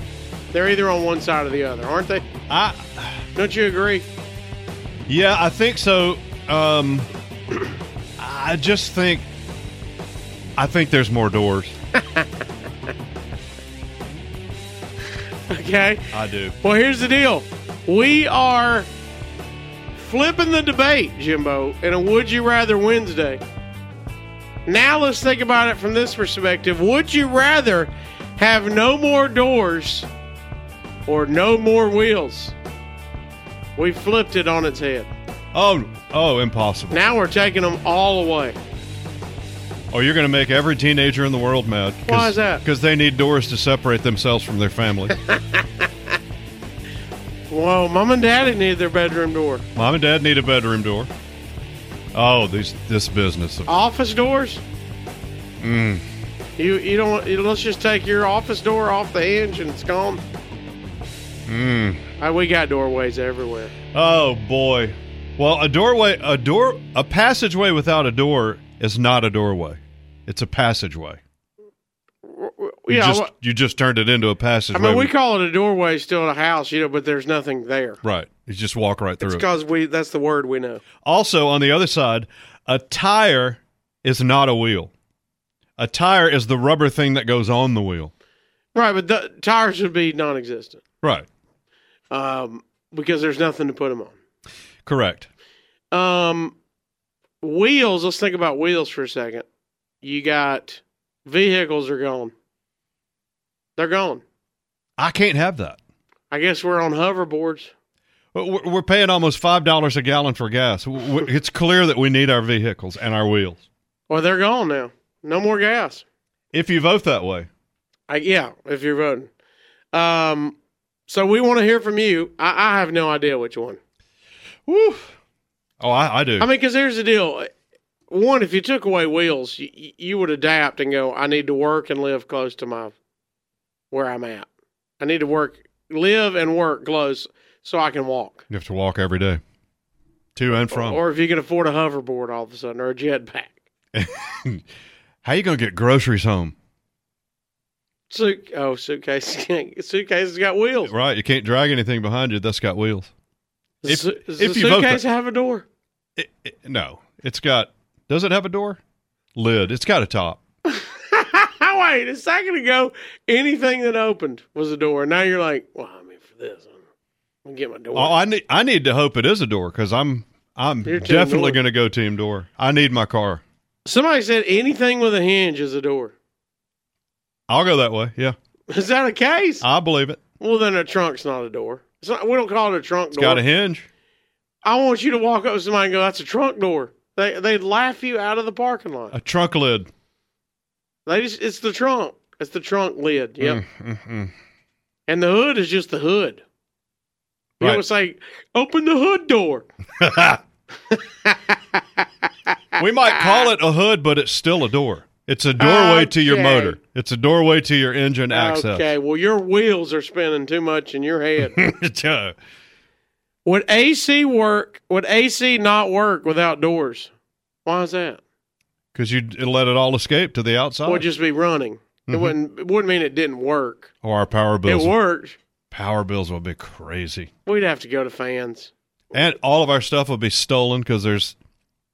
C: They're either on one side or the other, aren't they?
B: I,
C: Don't you agree? *laughs*
B: yeah, I think so. Um, I just think, I think there's more doors.
C: Okay.
B: I do.
C: Well, here's the deal. We are flipping the debate, Jimbo, in a Would You Rather Wednesday. Now let's think about it from this perspective. Would you rather have no more doors or no more wheels? We flipped it on its head.
B: Oh, oh, impossible.
C: Now we're taking them all away.
B: Oh, you're going to make every teenager in the world mad.
C: Why is that?
B: Because they need doors to separate themselves from their family.
C: *laughs* Whoa, mom and daddy need their bedroom door.
B: Mom and Dad need a bedroom door. Oh, these this business. Of,
C: Office doors? You you don't you, let's just take your office door off the hinge and it's gone. Uh, we got doorways everywhere.
B: oh boy. Well, a doorway, a door, a passageway without a door is not a doorway. It's a passageway.
C: W- w-
B: You
C: Yeah,
B: just,
C: well,
B: you just turned it into a
C: I
B: passageway.
C: mean we call it a doorway still in a house, you know, but there's nothing there.
B: right. You just walk right
C: It's
B: through. It.
C: because we that's the word we know.
B: Also, on the other side, a tire is not a wheel. A tire is the rubber thing that goes on the wheel.
C: Right, but the, tires would be non-existent
B: Right.
C: um, because there's nothing to put them on.
B: Correct.
C: Um, wheels. Let's think about wheels for a second. You got vehicles are gone. They're gone.
B: I can't have that.
C: I guess we're on hoverboards.
B: We're we're paying almost five dollars a gallon for gas. W- w- It's clear that we need our vehicles and our wheels.
C: Well, they're gone now. No more gas.
B: If you vote that way,
C: I, yeah, if you're voting. Um, so we want to hear from you. I, I have no idea which one.
B: woo. Oh, I, I do.
C: I mean, because here's the deal. one, if you took away wheels, you, you would adapt and go, I need to work and live close to my where I'm at. I need to work, live and work close so I can walk.
B: You have to walk every day to and from.
C: Or if you can afford a hoverboard all of a sudden or a jetpack.
B: How you going to get groceries home?
C: Suit, oh, suitcase, *laughs* suitcase has got wheels.
B: Right. You can't drag anything behind you that's got wheels. If-
C: Su- Does
B: if
C: the
B: you vote
C: suitcase have a door? *laughs*
B: It, it- no. It's got, does it have a door? Lid. It's got a top.
C: Wait, a second ago, anything that opened was a door. Now you're like, well, I mean, for this, I'm going to get my door.
B: Oh, I need, I need to hope it is a door because I'm, I'm
C: You're team
B: definitely
C: door.
B: going to go team door. I need my car.
C: Somebody said anything with a hinge is a door.
B: I'll go that way. Yeah.
C: Is that a case?
B: I believe it.
C: well, then a trunk's not a door. It's not, we don't call it a trunk
B: It's
C: door.
B: got a hinge.
C: I want you to walk up to somebody and go, that's a trunk door. They, they'd laugh you out of the parking lot.
B: A trunk lid.
C: They just, it's the trunk. It's the trunk lid. Yep.
B: Mm, mm,
C: And the hood is just the hood. You
B: Right.
C: always say, open the hood door.
B: mm. we
C: *laughs*
B: might call it a hood, but it's still a door. It's a doorway to your
C: Okay.
B: motor. It's a doorway to your engine access.
C: Okay, well, your wheels are spinning too much in your head.
B: *laughs*
C: *laughs*
B: It's, uh,
C: would AC work? Would AC not work without doors? Why is that?
B: Because you let it all escape to the outside.
C: It would just be running. It wouldn't. It wouldn't mean it didn't work.
B: or Oh, our power bills.
C: It worked.
B: Power bills will be crazy.
C: We'd have to go to fans.
B: And all of our stuff will be stolen because there's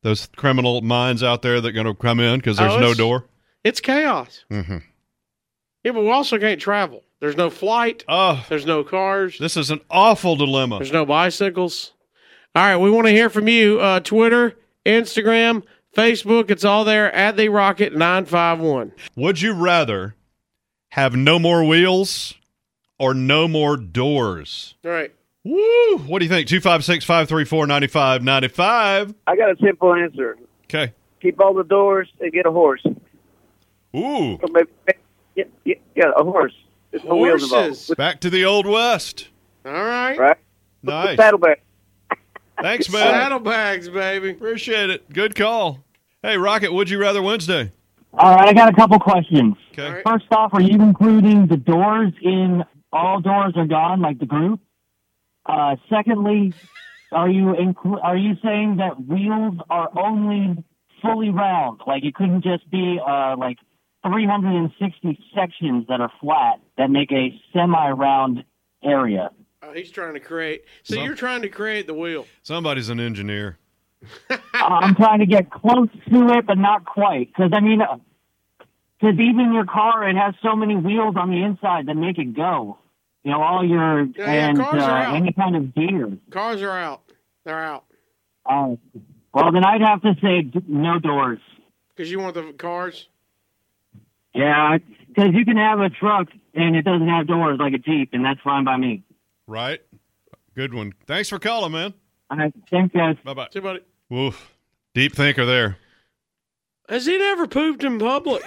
B: those criminal minds out there that are going to come in because there's
C: Oh,
B: no
C: it's-
B: door.
C: It's chaos.
B: Mhm.
C: Yeah, but we also can't travel. There's no flight.
B: Oh,
C: There's no cars.
B: this is an awful dilemma.
C: There's no bicycles. All right, we want to hear from you. Uh, Twitter, Instagram, Facebook. It's all there at the Rocket Nine Five One.
B: Would you rather have no more wheels or no more doors?
C: All right.
B: Woo! What do you think? 256 534 9595.
F: I got a simple answer.
B: Okay.
F: Keep all the doors and get a horse.
B: Ooh.
F: Or maybe- Yeah, yeah, yeah, a horse. There's no wheels
C: Horses.
F: involved.
B: Back to the Old West.
C: All right.
F: Right?
B: Nice.
F: Saddlebag.
B: Thanks, man.
C: Saddlebags, baby.
B: Appreciate it. Good call. Hey, Rocket, would you rather Wednesday?
G: All right, I got a couple questions.
B: Okay.
C: All right.
G: First off, are you including the doors in all doors are gone, like the group? Uh, secondly, are you inclu- are you saying that wheels are only fully round, like it couldn't just be uh, like 360 sections that are flat that make a semi-round area?
C: Oh, he's trying to create. So
B: Some-
C: you're trying to create the wheel.
B: Somebody's an engineer.
G: Uh, I'm trying to get close to it, but not quite. Because I mean, because even your car, it has so many wheels on the inside that make it go. You know, all your
C: yeah,
G: and
C: cars are out.
G: uh, any kind of gear.
C: Cars are out. They're out
G: Uh, well, then I'd have to say d- no doors.
C: because you want the cars.
G: Yeah, because you can have a truck and it doesn't have doors like a Jeep, and that's fine by me.
B: Right? Good one. Thanks for calling, man.
G: All right, thanks, guys.
B: Bye bye.
C: See, buddy.
B: Woof. Deep thinker there.
C: Has he ever pooped in public?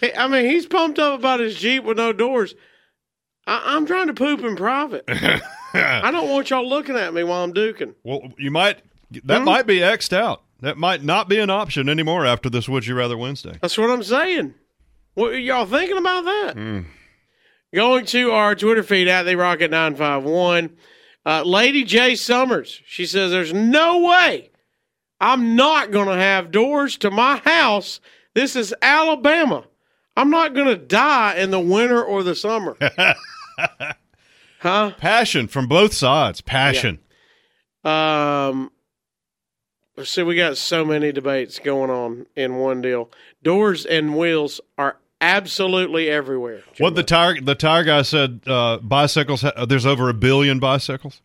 C: Hey, I mean, he's pumped up about his Jeep with no doors. I, I'm trying to poop in private. I don't want y'all looking at me while I'm duking.
B: well, you might, that
C: Hmm?
B: might be X'd out. That might not be an option anymore after this Would You Rather Wednesday.
C: That's what I'm saying. What are y'all thinking about that? Going to our Twitter feed at the Rocket Nine Five One, uh, Lady J Summers. She says, "There's no way I'm not going to have doors to my house. This is Alabama. I'm not going to die in the winter or the summer." huh?
B: Passion from both sides. Passion.
C: Um, let's see, we got so many debates going on in one deal. Doors and wheels are absolutely everywhere.
B: What the tire the tire guy said? Uh, bicycles. Ha- there's over a billion bicycles.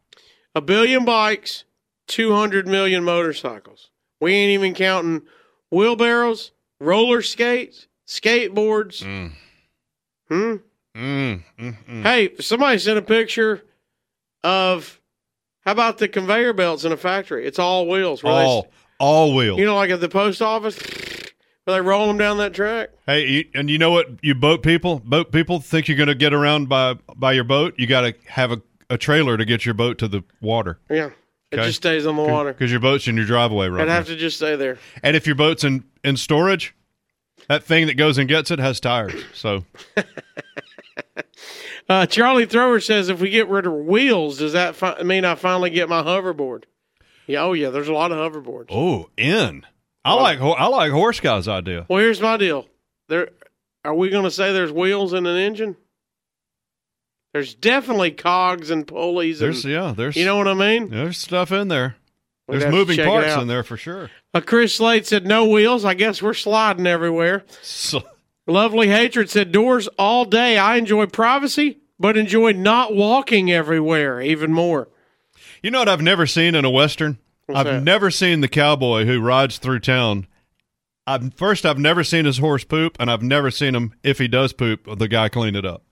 C: A billion bikes, 200 million motorcycles. We ain't even counting wheelbarrows, roller skates, skateboards.
B: Mm.
C: Hmm?
B: Mm, mm, mm.
C: Hey, somebody sent a picture of how about the conveyor belts in a factory? It's all wheels. where they-
B: All all wheels.
C: you know, like at the post office, where they roll them down that track.
B: Hey, you, and you know what? You boat people, boat people think you're going to get around by by your boat. You got to have a a trailer to get your boat to the water
C: Yeah. It
B: Okay.
C: just stays on the water.
B: because your boat's in your driveway right
C: I'd
B: now.
C: have to just stay there.
B: and if your boat's in in storage, that thing that goes and gets it has tires. So
C: Uh, Charlie Thrower says if we get rid of wheels, does that fi- mean I finally get my hoverboard? Yeah, oh yeah, there's a lot of hoverboards.
B: oh, in I like ho- I like horse guy's idea.
C: Well, here's my deal. There, are we going to say there's wheels in an engine? There's definitely cogs and pulleys.
B: There's
C: and,
B: yeah, there's
C: you know what I mean?
B: there's stuff in there.
C: We'd
B: There's
C: have to
B: moving
C: check it
B: parts
C: out.
B: in there for sure.
C: Uh, Chris Slade said no wheels. I guess we're sliding everywhere.
B: So,
C: Lovely hatred said doors all day. I enjoy privacy, but enjoy not walking everywhere even more.
B: you know what I've never seen in a western? I've
C: that?
B: never seen the cowboy who rides through town. I've, first, I've never seen his horse poop, and I've never seen him if he does poop, the guy clean it up.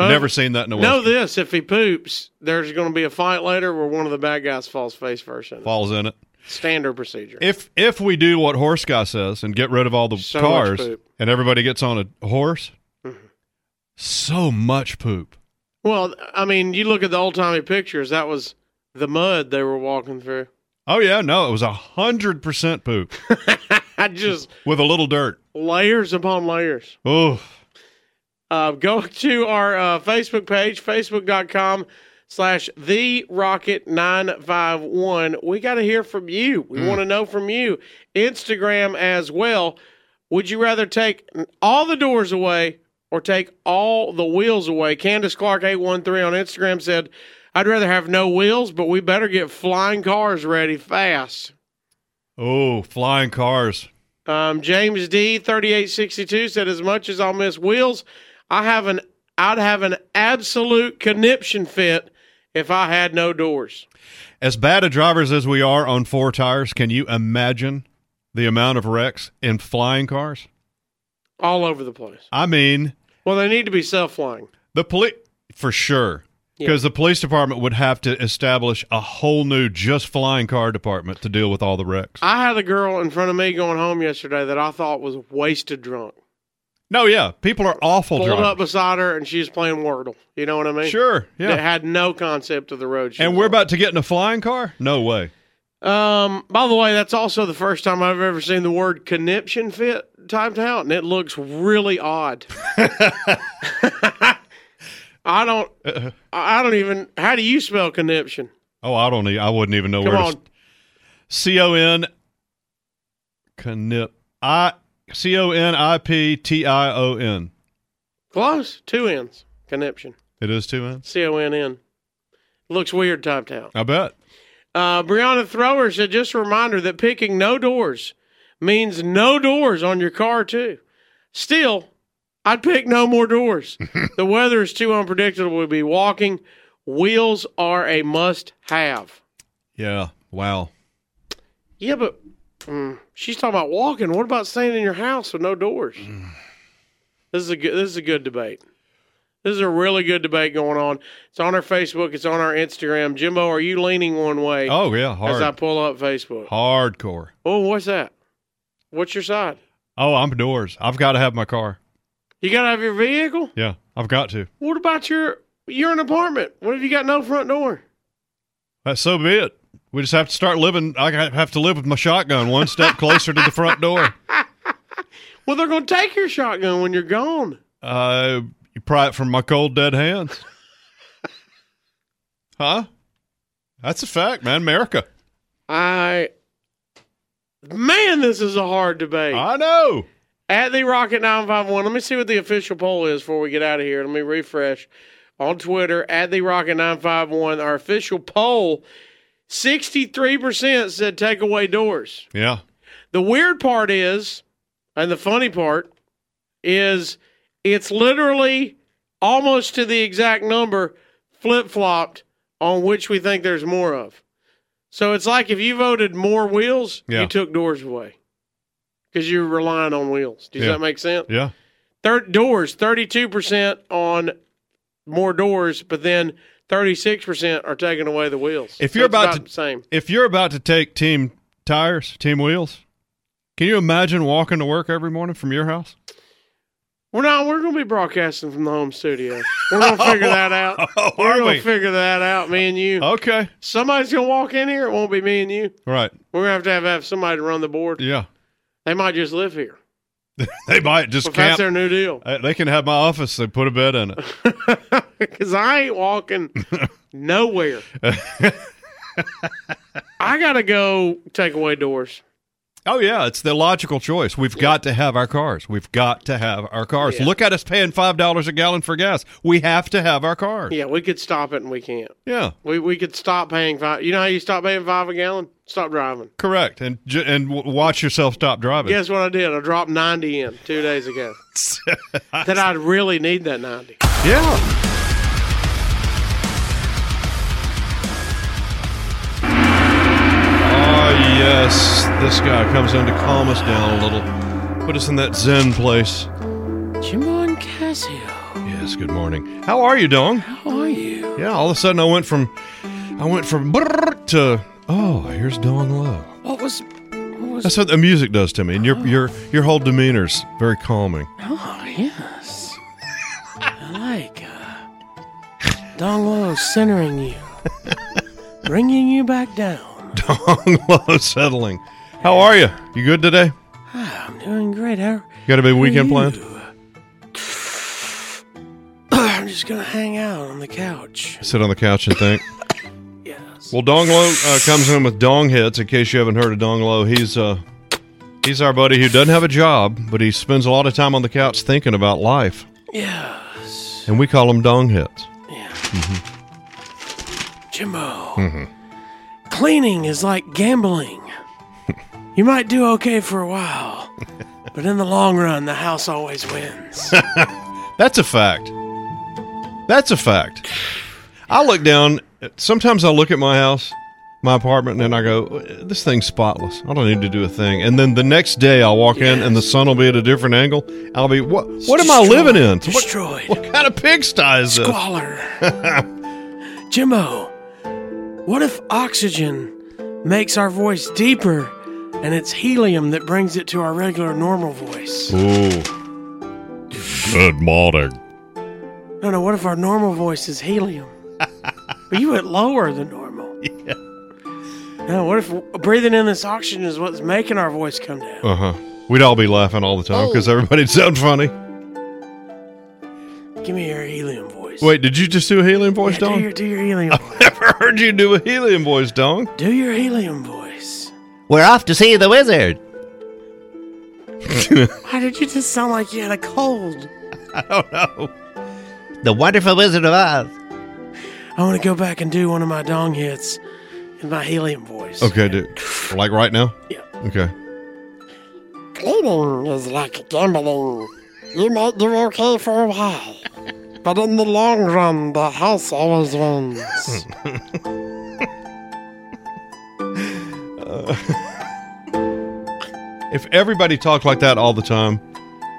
C: Uh,
B: never seen that in a western.
C: Know this: if he poops, there's going to be a fight later where one of the bad guys falls face first. In it.
B: Falls in it.
C: Standard procedure.
B: if if we do what horse guy says and get rid of all the
C: So much
B: cars
C: poop.
B: and everybody gets on a horse so much poop
C: Well, I mean, you look at the old timey pictures. That was the mud they were walking through. *laughs*
B: oh yeah no it was a hundred percent poop
C: I just
B: with a little dirt
C: layers upon layers.
B: oh
C: Uh, go *laughs* to our uh, Facebook page, facebook.com slash the rocket 951 we got to hear from you we want to know from you instagram as well would you rather take all the doors away or take all the wheels away candace clark 813 on instagram said i'd rather have no wheels but we better get flying cars ready fast
B: oh flying cars
C: Um, James D thirty eight sixty two said, "As much as I'll miss wheels, I have an I'd have an absolute conniption fit if I had no doors."
B: as bad a drivers as we are on four tires can you imagine the amount of wrecks in flying cars
C: All over the place.
B: i mean
C: Well, they need to be self flying.
B: The police, for sure, because the police department would have to establish a whole new just flying car department to deal with all the wrecks.
C: I had a girl in front of me going home yesterday that I thought was wasted drunk.
B: no, yeah, people are awful
C: Pulled up
B: drivers.
C: beside her and she was playing Wordle. You know what I mean?
B: Sure,
C: That
B: yeah.
C: had no concept of the road. she
B: And
C: was
B: we're
C: on.
B: about to get in a flying car? No way.
C: Um, by the way, that's also the first time I've ever seen the word conniption fit typed out, and it looks really odd. I don't, I don't even. How do you spell conniption?
B: Oh, I don't. e- I wouldn't even know
C: Come
B: where.
C: on,
B: to... C O N. Connip. I C O N I P T I O N.
C: close two N's. Conniption,
B: It is two N's.
C: C O N N. Looks weird typed out.
B: I bet.
C: Uh, Brianna Thrower said, just a reminder that picking no doors means no doors on your car, too. Still, I'd pick no more doors.
B: *laughs*
C: the weather is too unpredictable We'll be walking. Wheels are a must have.
B: Yeah. Wow.
C: Yeah, but mm, she's talking about walking. What about staying in your house with no doors?
B: Mm.
C: this is a good. This is a good debate. This is a really good debate going on. It's on our Facebook. It's on our Instagram. Jimbo, are you leaning one way
B: Oh yeah.
C: as I
B: Hard.
C: pull up Facebook?
B: Hardcore.
C: Oh, what's that? What's your side?
B: Oh, I'm doors. I've got to have my car.
C: You gotta have your vehicle.
B: Yeah, I've got to.
C: What about your? You're an apartment. What if you got no front door?
B: That's so be it. We just have to start living. I have to live with my shotgun one step closer to the front door.
C: Well, they're gonna take your shotgun when you're gone.
B: Uh, you pry it from my cold dead hands. Huh? That's a fact, man. America.
C: I. Man, this is a hard debate.
B: I know.
C: At the Rocket 951, let me see what the official poll is before we get out of here. Let me refresh. On Twitter, at the Rocket 951, our official poll 63% said take away doors.
B: Yeah.
C: The weird part is, and the funny part is, it's literally almost to the exact number flip flopped on which we think there's more of. So it's like if you voted more wheels,
B: Yeah.
C: you took doors away because you're relying on wheels. Does
B: Yeah.
C: that make sense?
B: Yeah.
C: Thir- doors, 32% on more doors, but then 36% are taking away the wheels.
B: If
C: So
B: you're
C: it's
B: about to-
C: the same.
B: If you're about to take team tires, team wheels, can you imagine walking to work every morning from your house?
H: We're not. We're going to be broadcasting from the home studio. We're going to figure that out.
B: *laughs* Oh,
H: We're
B: are
H: going
B: we?
H: to figure that out, me and you.
B: Okay.
H: Somebody's going to walk in here. It won't be me and you.
B: Right.
H: We're going to have to have somebody to run the board.
B: Yeah.
H: They might just live here.
B: They might just
H: If that's
B: camp.
H: their new
B: *laughs*
H: deal.
B: Uh, They can have my office. They put a bed in it.
H: Because I ain't walking nowhere. I got to go take away doors.
B: Oh yeah, it's the logical choice. We've got to have our cars. We've got to have our cars.
H: Yeah.
B: Look at us paying five dollars a gallon for gas. We have to have our cars.
H: Yeah, we could stop it and we can't.
B: Yeah,
H: We we could stop paying five. You know how you stop paying five a gallon? Stop driving.
B: correct. And ju- and w- watch yourself stop driving.
H: Guess what I did? I dropped 90 in two days ago. that I'd really need that 90.
B: Yeah. Oh yes, this guy comes in to calm us down a little, put us in that zen place.
C: Jimon Casio,
B: Yes. Good morning. How are you, Dong?
C: how are you?
B: Yeah, all of a sudden I went from I went from brrr to oh, here's Dong Low.
C: What was. What was.
B: That's what the music does to me, and your your your whole demeanor's very calming.
C: Oh, yes. I like. Uh, Don Lo centering you, bringing you back down.
B: *laughs* Dong Low settling. How are you? You good today? You
C: Ah, I'm doing great. How, *clears throat*
B: got a big weekend
C: you?
B: planned?
C: I'm just going to hang out on the couch.
B: Sit on the couch and think.
C: Yes.
B: Well, Dong Low uh, comes in with dong hits. In case you haven't heard of Dong Low, he's uh he's our buddy who doesn't have a job, but he spends a lot of time on the couch thinking about life,
C: Yes.
B: and we call him dong hits.
C: Yeah. Mm-hmm. Jimbo. Cleaning is like gambling. *laughs* you might do okay for
B: *laughs*
C: a while, but in the long run, the house always wins.
B: That's a fact. That's a fact. I look down. Sometimes I look at my house, my apartment, and I go, "This thing's spotless. I don't need to do a thing." And then the next day, I'll walk in, and the sun will be at a different angle. I'll be, "What? *laughs* What am I
C: Destroyed.
B: living in? What,
C: Destroyed.
B: what kind of pigsty is this?" *laughs*
C: Squalor. Jimbo, what if oxygen makes our voice deeper and it's helium that brings it to our regular normal voice?
B: Ooh. Good morning.
C: No, no, what if our normal voice
B: *laughs*
C: is helium? but you went lower than normal. Yeah. No, what if breathing in this oxygen is what's making our voice come down?
B: Uh huh. We'd all be laughing all the time because *laughs* everybody'd sound funny.
C: Give me your helium voice.
B: Wait, did you just do a helium voice,
C: Yeah, do
B: Dong?
C: your, do your helium
B: *laughs*
C: voice.
B: Never heard you do a helium voice, Dong.
C: Do your helium voice.
I: We're off to see the wizard.
C: Why did you just sound like you had a cold?
B: I don't know.
I: The wonderful wizard of Oz.
C: I want to go back and do one of my dong hits in my helium voice.
B: Okay, dude. Like right now?
C: Yeah.
B: Okay.
C: Cleaning is like gambling. You might do okay for a
B: *laughs*
C: while, but in the long run, the house always
B: Hmm.
C: wins.
B: If everybody talked like that all the time,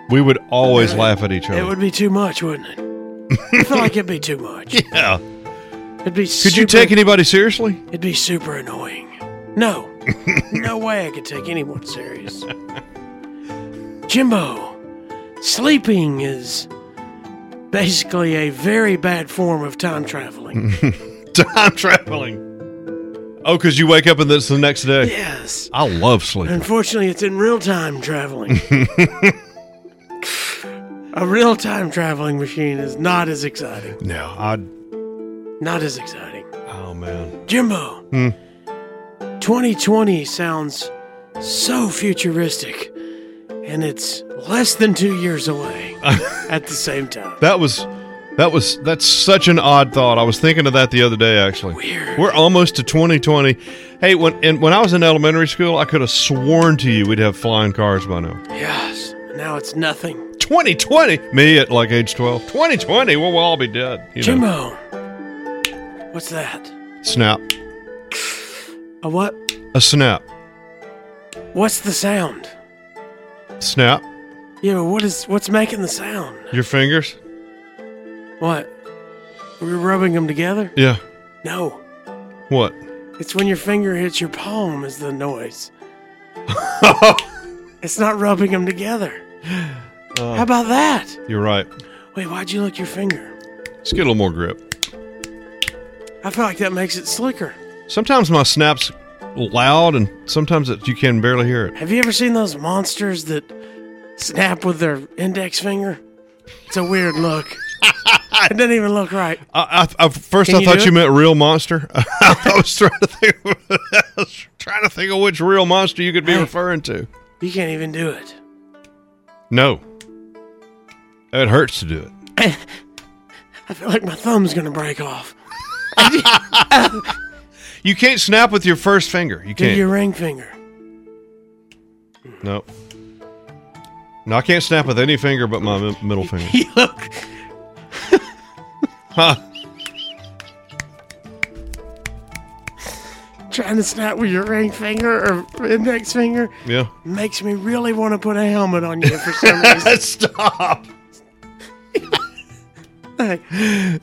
B: we would always laugh at each other.
C: It would be too much, wouldn't it? I feel like it'd be too much.
B: *laughs* *laughs* yeah.
C: It'd be.
B: Could you take anybody seriously? *laughs*
C: It'd be super annoying. No, no way I could take anyone serious. Jimbo, sleeping is basically a very bad form of time
B: Mm-hmm.
C: traveling.
B: Time traveling. Oh, because you wake up and it's the next day.
C: yes.
B: I love
C: Mm.
B: sleeping.
C: Unfortunately, it's in real time
B: *laughs*
C: traveling. A real time traveling machine is not as exciting.
B: No, I.
C: Not as exciting.
B: Oh, man.
C: Jimbo,
B: Hmm.
C: 2020 sounds so futuristic, and it's less than two
B: *laughs*
C: years away at the same time.
B: That was. That was. That's such an odd thought. I was thinking of that the other day, actually.
C: Weird.
B: We're almost to 2020. Hey, when and when I was in elementary school, I could have sworn to you we'd have flying cars by now.
C: Yes. Now it's nothing.
B: 2020. Me at like age 12. 2020. Well, we'll all be dead. You know.
C: Jimbo, what's that?
B: Snap.
C: A what?
B: A snap.
C: What's the sound?
B: Snap.
C: Yeah, but what is what's making the sound?
B: Your fingers.
C: What? We're rubbing them together?
B: Yeah.
C: No.
B: What? *laughs*
C: It's when your finger hits your
B: *gasps*
C: palm is the noise. it's not rubbing them together.
B: Uh.
C: How about that?
B: You're right.
C: Wait, why'd you lick your finger?
B: Let's get a little more grip.
C: I feel like that makes it slicker.
B: Sometimes my snaps loud, and sometimes it, you can barely hear it.
C: Have you ever seen those monsters that snap with their index finger? It's a weird look.
B: *laughs*
C: it doesn't even look right.
B: I, I, I, first,
C: Can
B: I
C: you
B: thought
C: do
B: you
C: it?
B: meant real monster. *laughs* I was trying to think. Of, *laughs* I was trying to think of which real monster you could be
C: Hey.
B: referring to.
C: You can't even do it.
B: No, it hurts to do it.
C: I feel like my thumb's gonna break off.
B: You can't snap with your first finger. You
C: Do
B: can't.
C: your ring finger. *laughs*
B: No. No, I can't snap with any finger but my mi- middle finger.
C: You look.
B: Huh.
C: Trying to snap with your ring finger or index finger *laughs*
B: Yeah.
C: makes me really want to put a helmet on you for
B: *laughs*
C: some reason.
B: Stop. *laughs*
C: Like, you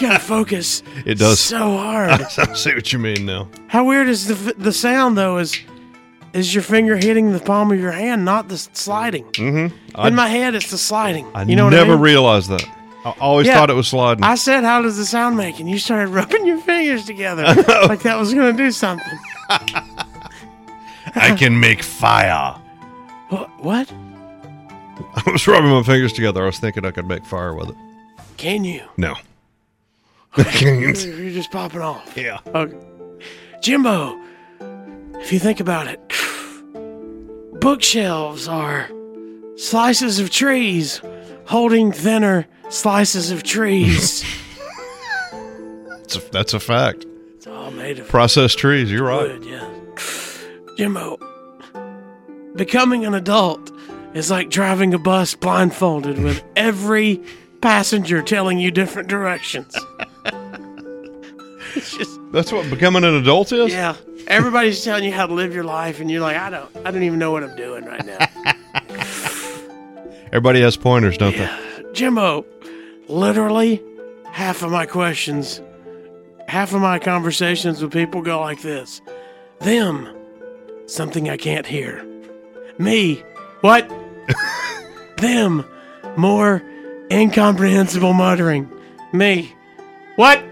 C: gotta focus.
B: It does.
C: so
B: *laughs*
C: hard.
B: I see what you mean now.
C: How weird is the the sound though? Is is your finger hitting the palm of your hand, not the s- sliding? Mm-hmm.
B: I-
C: In my head, it's the sliding.
B: I
C: you know
B: never
C: what I mean?
B: realized that. I always
C: Yeah.
B: thought it was sliding.
C: I said, "How does the sound make?" And you started *laughs* rubbing your
B: *laughs*
C: fingers together like that was going to do something.
B: I can make fire.
C: What? What?
B: *laughs* I was rubbing my fingers together. I was thinking I could make fire with it.
C: Can you? *laughs*
B: No.
C: You're just popping off.
B: yeah.
C: Okay. Jimbo, if you think about it, *sighs* bookshelves are slices of trees holding thinner slices
B: *laughs*
C: of trees.
B: It's a, that's a fact.
C: it's all made of
B: Processed trees. You're right.
C: wood, yeah. Jimbo, becoming an adult is like driving a bus blindfolded with every passenger telling you different directions. it's just.
B: That's what becoming an adult is?
C: Yeah. Everybody's telling you how to live your life, and you're like, I don't, I don't even know what I'm doing right now.
B: Everybody has pointers, don't
C: Jimbo, literally half of my questions, half of my conversations with people go like this: them, something I can't hear; me,
B: *laughs*
C: what? them, more incomprehensible muttering; me,
B: *laughs*
C: what?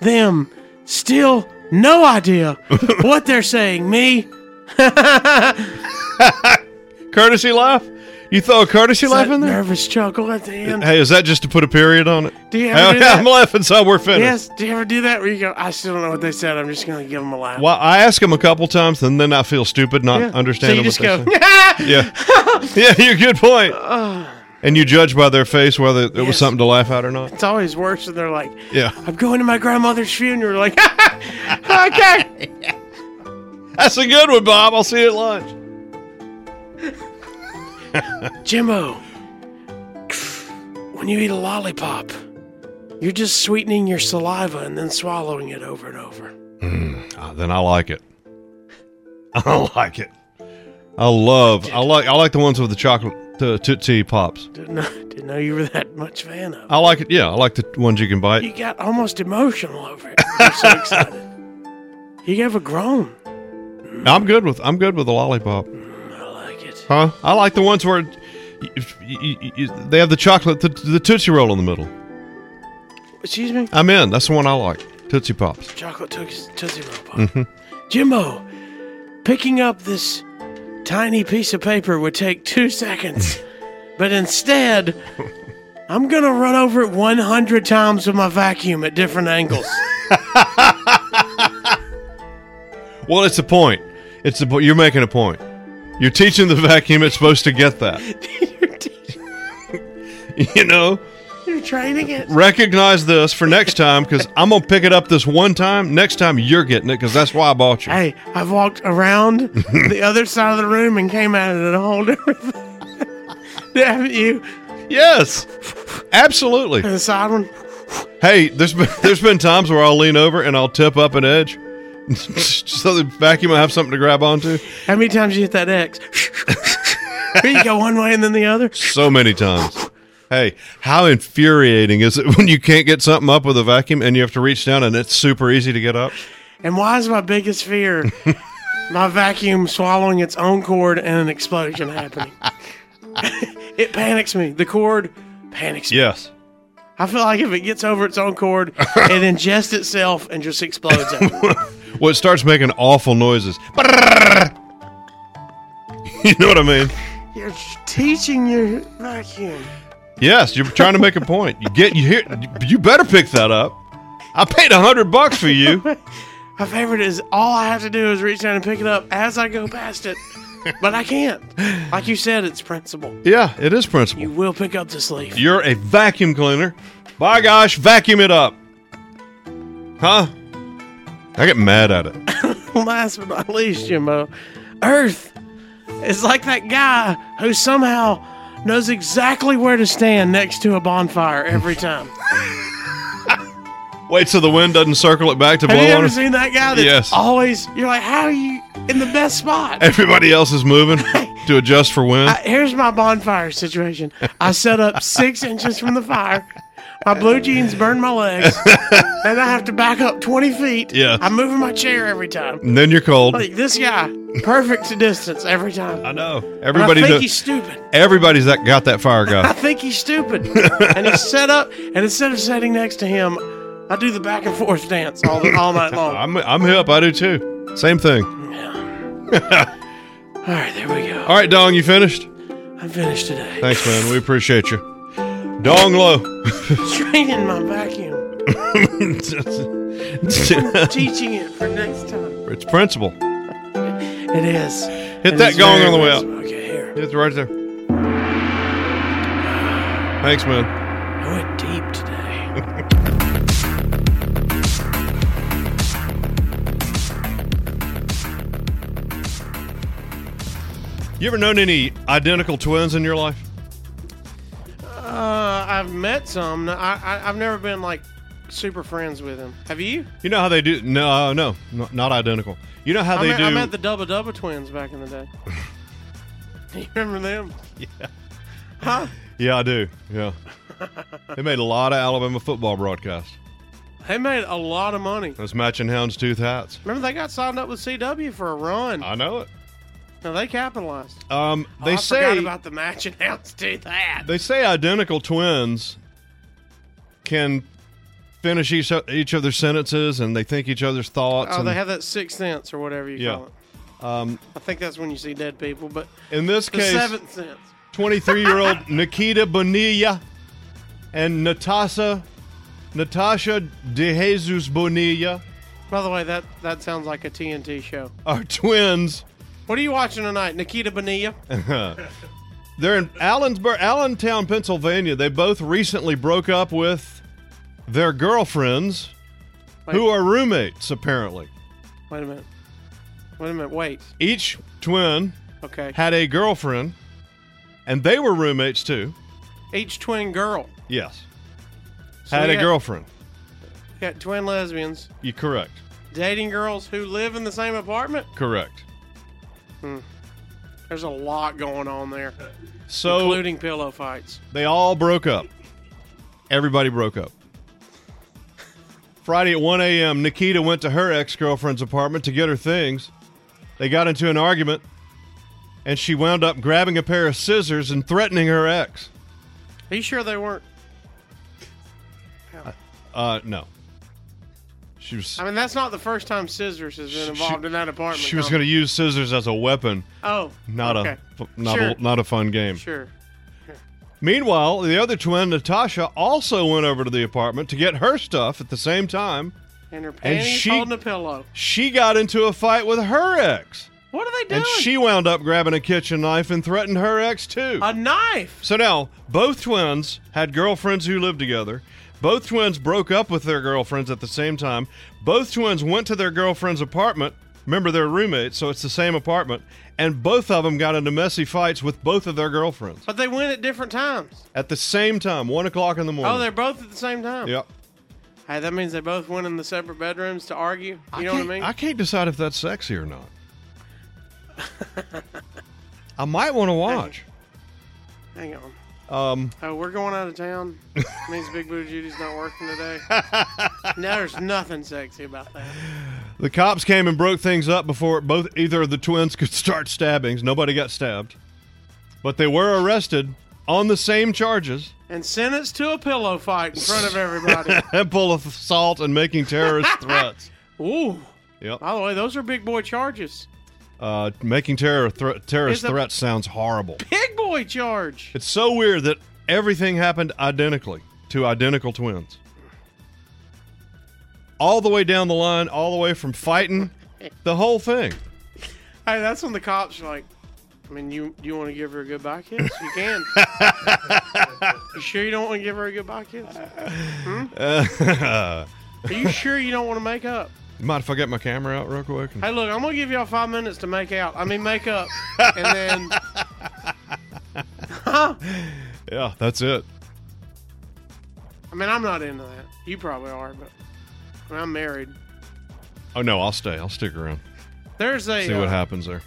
C: them, still no idea what they're saying; me.
B: they? Courtesy laugh? You throw a courtesy
C: That
B: laugh in there?
C: nervous chuckle at the end.
B: Hey, is that just to put a period on it?
C: Do you ever
B: Hell
C: do
B: yeah,
C: that?
B: I'm laughing, so we're finished.
C: Yes. Do you ever do that where you go, I still don't know what they said. I'm just going to give them a laugh.
B: Well, I ask them a couple times, and then I feel stupid not
C: Yeah.
B: understanding
C: So you
B: what
C: just *laughs*
B: they
C: go,
B: say. Yeah, yeah, you good
C: *sighs*
B: point. and you judge by their face whether it was
C: Yes.
B: something to laugh at or not.
C: it's always worse when they're like,
B: Yeah, *laughs*
C: I'm going to my grandmother's funeral. *laughs* Like, okay.
B: that's a good one, Bob. I'll see you at lunch.
C: Jimbo, *sniffs* when you eat a lollipop, you're just sweetening your saliva and then swallowing it over and over.
B: Ah, then I like it. *laughs* I like it. I love. I like. I like the ones with the chocolate uh, tootsie pops.
C: Didn't know, *laughs* didn't know you were that much fan of.
B: I like it. Yeah, I like the ones you can bite.
C: You got almost emotional over it. You're
B: *laughs*
C: so excited. You gave a groan.
B: I'm good with. I'm good with the lollipop.
C: I like it.
B: Huh? I like the ones where. if- y- y- y- They have the chocolate, the, the Tootsie Roll in the middle.
C: Excuse me?
B: I'm in. That's the one I like. Tootsie Pops.
C: chocolate toots- tootsie roll pop. Jimbo, picking up this tiny piece of paper would take two seconds, but instead, I'm gonna run over it 100 times with my vacuum at different angles.
B: Well, it's a point. It's a po- you're making a point. You're teaching the vacuum it's supposed to get that. *laughs*
C: you're, t-
B: You know,
C: you're training it.
B: recognize this for next time because I'm gonna pick it up this one time. Next time you're getting it because that's why I bought you.
C: Hey, I've walked around the other side of the room and came out of it a whole different. *laughs* Haven't you?
B: Yes, absolutely.
C: The side one.
B: Hey, there's been, *laughs* there's been times where I'll lean over and I'll tip up an edge *laughs* so the vacuum will have something to grab onto.
C: How many times you hit that X? *laughs* you go one way and then the other.
B: So many times. Hey, how infuriating is it *laughs* when you can't get something up with a vacuum and you have to reach down and it's super easy to get up?
C: And why is my biggest fear my vacuum swallowing its own cord and an explosion happening? it panics me. The cord panics me.
B: Yes.
C: I feel like if it gets over its own cord, it ingests itself and just explodes. out.
B: Well, it starts making awful noises. *laughs* you know what I mean?
C: You're teaching your vacuum.
B: Yes, you're trying to make a point. You get you hear you better pick that up. I paid a hundred bucks for you.
C: My favorite is all I have to do is reach down and pick it up as I go past it, but I can't. Like you said, it's principle.
B: Yeah, it is principle.
C: You will pick up this leaf.
B: You're a vacuum cleaner. By gosh, vacuum it up. Huh? I get mad at it.
C: *laughs* Last but not least, Jimbo, Earth is like that guy who somehow knows exactly where to stand next to a bonfire
B: *laughs*
C: every time.
B: Wait till the wind doesn't circle it back to
C: Have you
B: blow on
C: ever
B: us.
C: seen that guy that's
B: Yes.
C: always, you're like, how are you in the best spot?
B: Everybody else is
C: *laughs*
B: moving to adjust for wind.
C: I, here's my bonfire situation. I set up
B: *laughs*
C: six inches from the fire. My blue jeans burn
B: *laughs*
C: my legs, and I have to back up twenty feet.
B: Yeah.
C: I'm moving my chair every time.
B: and then you're cold.
C: Like this guy, perfect to distance every time.
B: I know.
C: And
B: Everybody
C: I think
B: does.
C: he's stupid.
B: Everybody's that got that fire
C: I *laughs*
B: guy.
C: think he's stupid, and he's set up. And instead of sitting next to him, I do the back and forth dance all, all night long.
B: *laughs* I'm I'm hip. I do too. Same thing.
C: all right, there we go.
B: All right, Dong, you finished?
C: I'm finished today.
B: Thanks, man. We appreciate you. Dong *laughs* low.
C: *laughs* Training my vacuum,
B: it's
C: teaching it for next time.
B: principle.
C: It is.
B: Hit
C: It
B: that
C: is
B: gong
C: very
B: on the way up.
C: impressive. Okay, here.
B: It's right there. Thanks, man.
C: I went deep today.
B: You ever known any identical twins in your life?
C: Uh, I've met some. No, I, I I've never been like super friends with him. Have you?
B: You know how they do? No, uh, no, no not identical. You know how
C: I
B: they
C: met,
B: do?
C: I met the Dubba Dubba twins back in
B: *laughs*
C: the day. *laughs* you remember them?
B: yeah, I do. Yeah, they made a lot of Alabama football broadcasts.
C: They made a lot of money.
B: Those matching houndstooth hats.
C: Remember they got signed up with CW for a run.
B: I know it.
C: No, they capitalized.
B: Um, Uh, they
C: oh, I
B: say
C: forgot about the match *laughs* announced to that.
B: They say identical twins can finish each, each other's sentences and they think each other's thoughts.
C: Oh,
B: and
C: they have that sixth sense or whatever you
B: Yeah. Um,
C: call it. I think that's when you see dead people, but
B: in this
C: the
B: case,
C: seventh sense.
B: 23 year old *laughs* Nikita Bonilla and Natasha, Natasha De Jesus Bonilla
C: By the way, that, that sounds like a TNT show.
B: are twins.
C: What are you watching tonight? Nikita Bonilla?
B: They're in Allensburg, Allentown, Pennsylvania. They both recently broke up with their girlfriends who
C: Wait.
B: are roommates, apparently.
C: Wait a minute. Wait a minute. Wait.
B: Each twin
C: Okay.
B: had a girlfriend, and they were roommates too.
C: Each twin girl.
B: Yes,
C: So
B: had a
C: you got-
B: girlfriend.
C: you Got twin lesbians
B: You correct,
C: dating girls who live in the same apartment.
B: correct.
C: There's a lot going on there,
B: So
C: including pillow fights.
B: they all broke up. Everybody broke up. Friday at 1 a.m., Nikita went to her ex girlfriend's apartment to get her things. They got into an argument, and she wound up grabbing a pair of scissors and threatening her ex.
C: Are you sure they weren't?
B: Uh, no. She was.
C: I mean, that's not the first time scissors has been
B: She-
C: involved
B: she-
C: in that apartment.
B: she was
C: huh?
B: going to use scissors as a weapon,
C: Oh,
B: not
C: okay.
B: a f- not
C: Sure.
B: a not a fun game.
C: Sure.
B: Meanwhile, the other twin, Natasha, also went over to the apartment to get her stuff at the same time.
C: And her panties
B: she-
C: holding a pillow.
B: She got into a fight with her ex,
C: What are they doing?
B: and she wound up grabbing a kitchen knife and threatened her ex too.
C: a knife.
B: so now, both twins had girlfriends who lived together. Both twins broke up with their girlfriends at the same time. Both twins went to their girlfriend's apartment. Remember, they're roommates, so it's the same apartment. And both of them got into messy fights with both of their girlfriends
C: But they went at different times.
B: at the same time, one o'clock in the morning.
C: Oh, they're both at the same time.
B: yep.
C: Hey, that means they both went in the separate bedrooms to argue. You know what I
B: can't-
C: mean?
B: I can't decide if that's sexy or not. *laughs* I might want to
C: *laughs*
B: watch.
C: Hang on.
B: Um,
C: Oh, we're going out of
B: *laughs*
C: town. means Big Booty Judy's not working today. now there's nothing sexy about that.
B: the cops came and broke things up before both either of the twins could start stabbings. Nobody got stabbed. but they were arrested on the same charges
C: and sentenced to a pillow fight in front
B: *laughs*
C: of everybody.
B: full of assault and making
C: *laughs*
B: terrorist threats.
C: Ooh.
B: Yep.
C: By the way, those are big boy charges.
B: Uh, making terror thre- terrorist
C: Is the-
B: threats sounds horrible.
C: Big boy charge.
B: It's so weird that everything happened identically to identical twins. All the way down the line, all the way from fighting, the whole thing. *laughs*
C: Hey, that's when the cops are like, I mean, you you want to give her a goodbye kiss? You
B: *laughs*
C: can. you sure you don't want to give her a goodbye kiss?
B: Uh,
C: Are you sure you don't want to make up?
B: mind if I get my camera out real quick?
C: Hey, look, I'm gonna give y'all five minutes to make out. I mean, make up, and then
B: Yeah, that's it.
C: I mean, I'm not into that. You probably are, but I mean, I'm married.
B: Oh no, I'll stay. I'll stick around.
C: There's a
B: See what
C: uh,
B: happens there.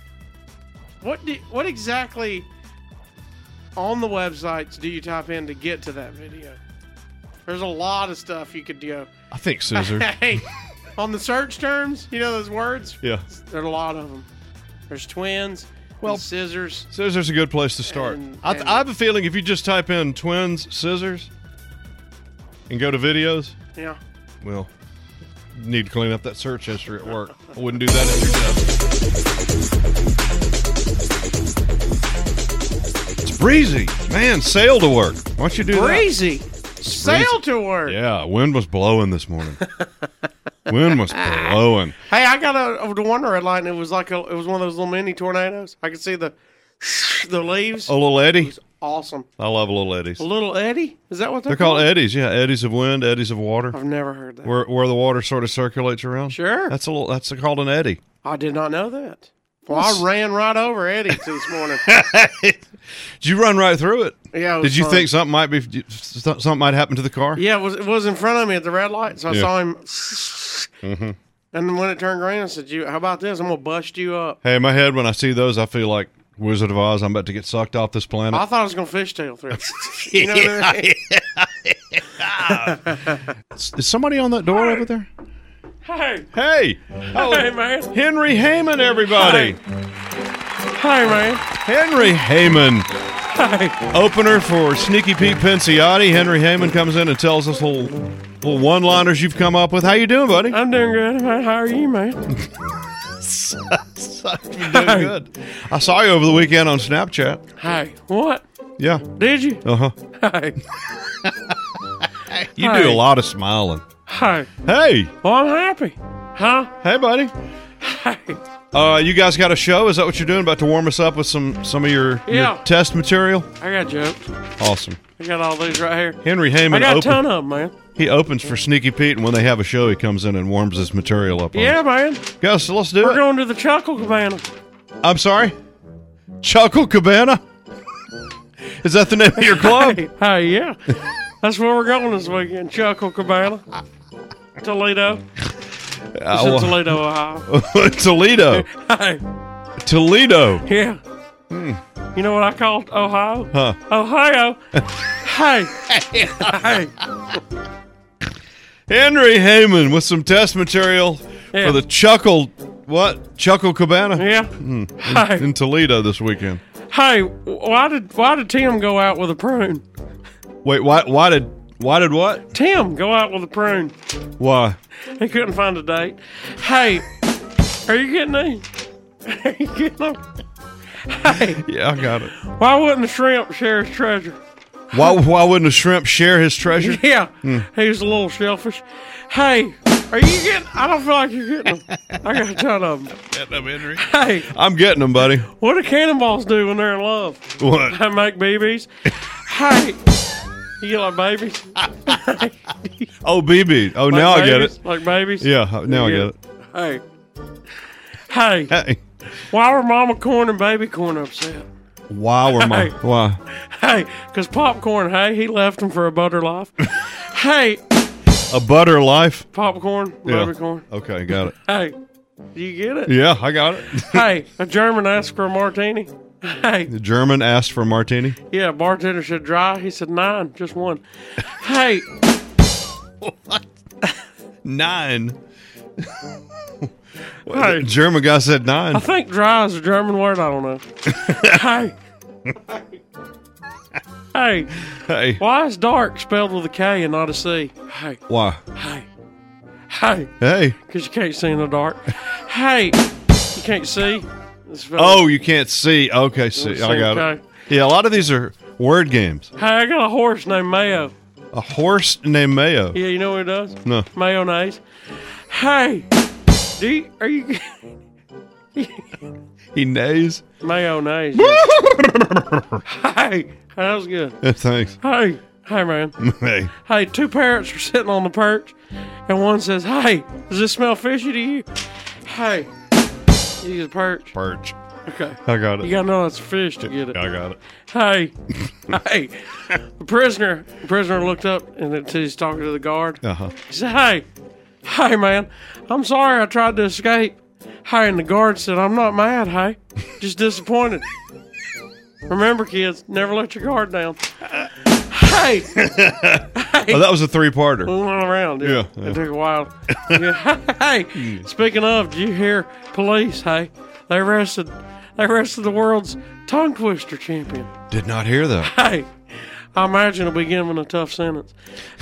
C: What do, what exactly on the websites do you type in to get to that video? There's a lot of stuff you could go.
B: I think scissors.
C: *laughs* Hey, on the search terms, you know those words.
B: yeah,
C: There's a lot of them. There's twins. Well,
B: Well-
C: scissors.
B: scissors a good place to start.
C: And-
B: I, th- I have a feeling if you just type in twins scissors and go to videos,
C: Yeah.
B: well, need to clean up that search history at work. I wouldn't do that at your desk. It's breezy, man. Sail to work. Why don't you do that?
C: Breezy. Sail to work.
B: Yeah, wind was blowing this morning. wind
C: *laughs*
B: was blowing.
C: Hey, I got out of the one red light, and it was like a, it was one of those little mini tornadoes. I could see the *laughs* the leaves.
B: Oh, little Eddie.
C: Awesome.
B: I love little Eddies.
C: Little Eddie. Is that what they're,
B: They're called eddies, yeah, eddies of wind, eddies of water,
C: I've never heard that.
B: where where the water sort of circulates around.
C: Sure.
B: that's a little, that's called an eddy. *laughs*
C: I did not know that. Well, I ran right over Eddie this
B: *laughs*
C: morning.
B: Did you run right through it?
C: Yeah. it was
B: Did you
C: fun.
B: think something might be something might happen to the car?
C: Yeah, it was, it was in front of me at the red light, so I
B: Yeah. Mm-hmm.
C: saw him. And then when it turned green, I said, "You, how about this? I'm gonna bust you up."
B: Hey, in my head when I see those, I feel like Wizard of Oz. I'm about to get sucked off this planet.
C: I thought I was gonna fishtail through. it. *laughs* you
B: *laughs*
C: know what I mean?
B: Is somebody on that door over there?
C: Hey,
B: Hey, Oh,
C: hey, man,
B: Henry Heyman, everybody.
C: hey, man.
B: Henry Heyman. Opener for Sneaky Pete Pinciotti. Henry Heyman comes in and tells us little little one-liners you've come up with. How you doing, buddy?
C: I'm doing good. Man. How are you, man?
B: You're doing good. I saw you over the weekend on Snapchat.
C: Hey, what
B: Yeah.
C: did you?
B: Uh huh.
C: Hey,
B: You
C: Hi.
B: do a lot of smiling.
C: hey.
B: Hey,
C: Well, I'm happy, huh?
B: hey, buddy.
C: Hey,
B: Uh, you guys got a show? Is that what you're doing? About to warm us up with some some of your,
C: Yeah.
B: your test material?
C: I got jokes.
B: Awesome.
C: I got all these right here.
B: Henry
C: I
B: Heyman
C: got a
B: open-
C: ton of them, man.
B: he opens for Sneaky Pete, and when they have a show, he comes in and warms his material up. on
C: Yeah,
B: it.
C: man.
B: Gus, let's do
C: We're
B: it.
C: going to the Chuckle Cabana.
B: I'm sorry. Chuckle Cabana. Is that the name of your club?
C: *laughs* Hey, hey, yeah. That's where we're going this weekend. Chuckle Cabana. Toledo. It's in
B: well-
C: Toledo, Ohio.
B: Uh, *laughs* Toledo.
C: hey,
B: Toledo.
C: yeah. You know what I called Ohio?
B: Huh.
C: Ohio. hey. hey.
B: Henry Heyman with some test material
C: Yeah.
B: for the Chuckle what? Chuckle Cabana
C: Yeah. Hey.
B: in Toledo this weekend.
C: Hey, why did why did Tim go out with a prune?
B: Wait, why why did why did what?
C: Tim go out with a prune.
B: Why?
C: He couldn't find a date. Hey, are you getting me? *laughs* Are you getting me? Hey,
B: Yeah, I got it.
C: why wouldn't the shrimp share his treasure?
B: Why why wouldn't a shrimp share his
C: *laughs*
B: treasure?
C: Yeah, he's a little shellfish. Hey, are you getting? I don't feel like you're getting them. I got a ton of them.
B: Henry.
C: Hey,
B: I'm getting them, buddy.
C: what do cannonballs do when they're in love?
B: What?
C: They make babies. Hey, you get like babies?
B: Oh, BB. Oh,
C: Like
B: now I get
C: babies?
B: it.
C: Like babies?
B: Yeah, uh, now I
C: You
B: get
C: get Hey, hey,
B: it. Hey,
C: why were mama corn and baby corn upset?
B: why were my
C: Hey.
B: why?
C: Hey, because popcorn, hey, he left him for a
B: *laughs*
C: butter life. hey,
B: A butter life.
C: popcorn,
B: Yeah.
C: baby corn.
B: Okay, got it.
C: Hey, do you get it?
B: Yeah, I got it.
C: hey, a German asked for a martini. Hey,
B: The German asked for a martini.
C: yeah, bartender said dry. He said nine, just one. Hey,
B: Nine.
C: hey,
B: German guy said
C: I
B: nine. *laughs*
C: think dry is a German word. I don't know. hey, Hey,
B: Hey,
C: why is dark spelled with a K and not a C? Hey,
B: why?
C: hey, hey,
B: Hey.
C: because you can't see in the dark. Hey, you can't see. It's spelled-
B: Oh, you can't see. Okay, see,
C: it's
B: I got it.
C: okay.
B: Yeah, a lot of these are word games.
C: Hey, I got a horse named Mayo.
B: A horse named Mayo.
C: Yeah, you know what it does?
B: No.
C: Mayonnaise. Hey, do you, are you *laughs*
B: He neighs.
C: mayonnaise? hey, that was good.
B: *laughs* Thanks.
C: Hey, hey, man.
B: Hey.
C: Hey, two parrots were sitting on the perch, and one says, Hey, does this smell fishy to you? Hey, he's a perch.
B: Perch.
C: Okay.
B: I got
C: You
B: it.
C: gotta know it's fish to get it.
B: I got it.
C: Hey, *laughs* hey, the prisoner, the prisoner looked up and then he's talking to the guard.
B: Uh huh.
C: He said, Hey, hey, man, I'm sorry I tried to escape. Hey, and the guard said, I'm not mad, hey, just disappointed. Remember, kids, never let your guard down. Hey,
B: Oh, that was a three-parter.
C: we went around. Yeah,
B: Yeah, yeah.
C: it took a while. *laughs* Yeah. hey, speaking of, did you hear police? Hey, they arrested, they arrested the world's tongue twister champion.
B: Did not hear that.
C: Hey, I imagine it'll be given a tough sentence.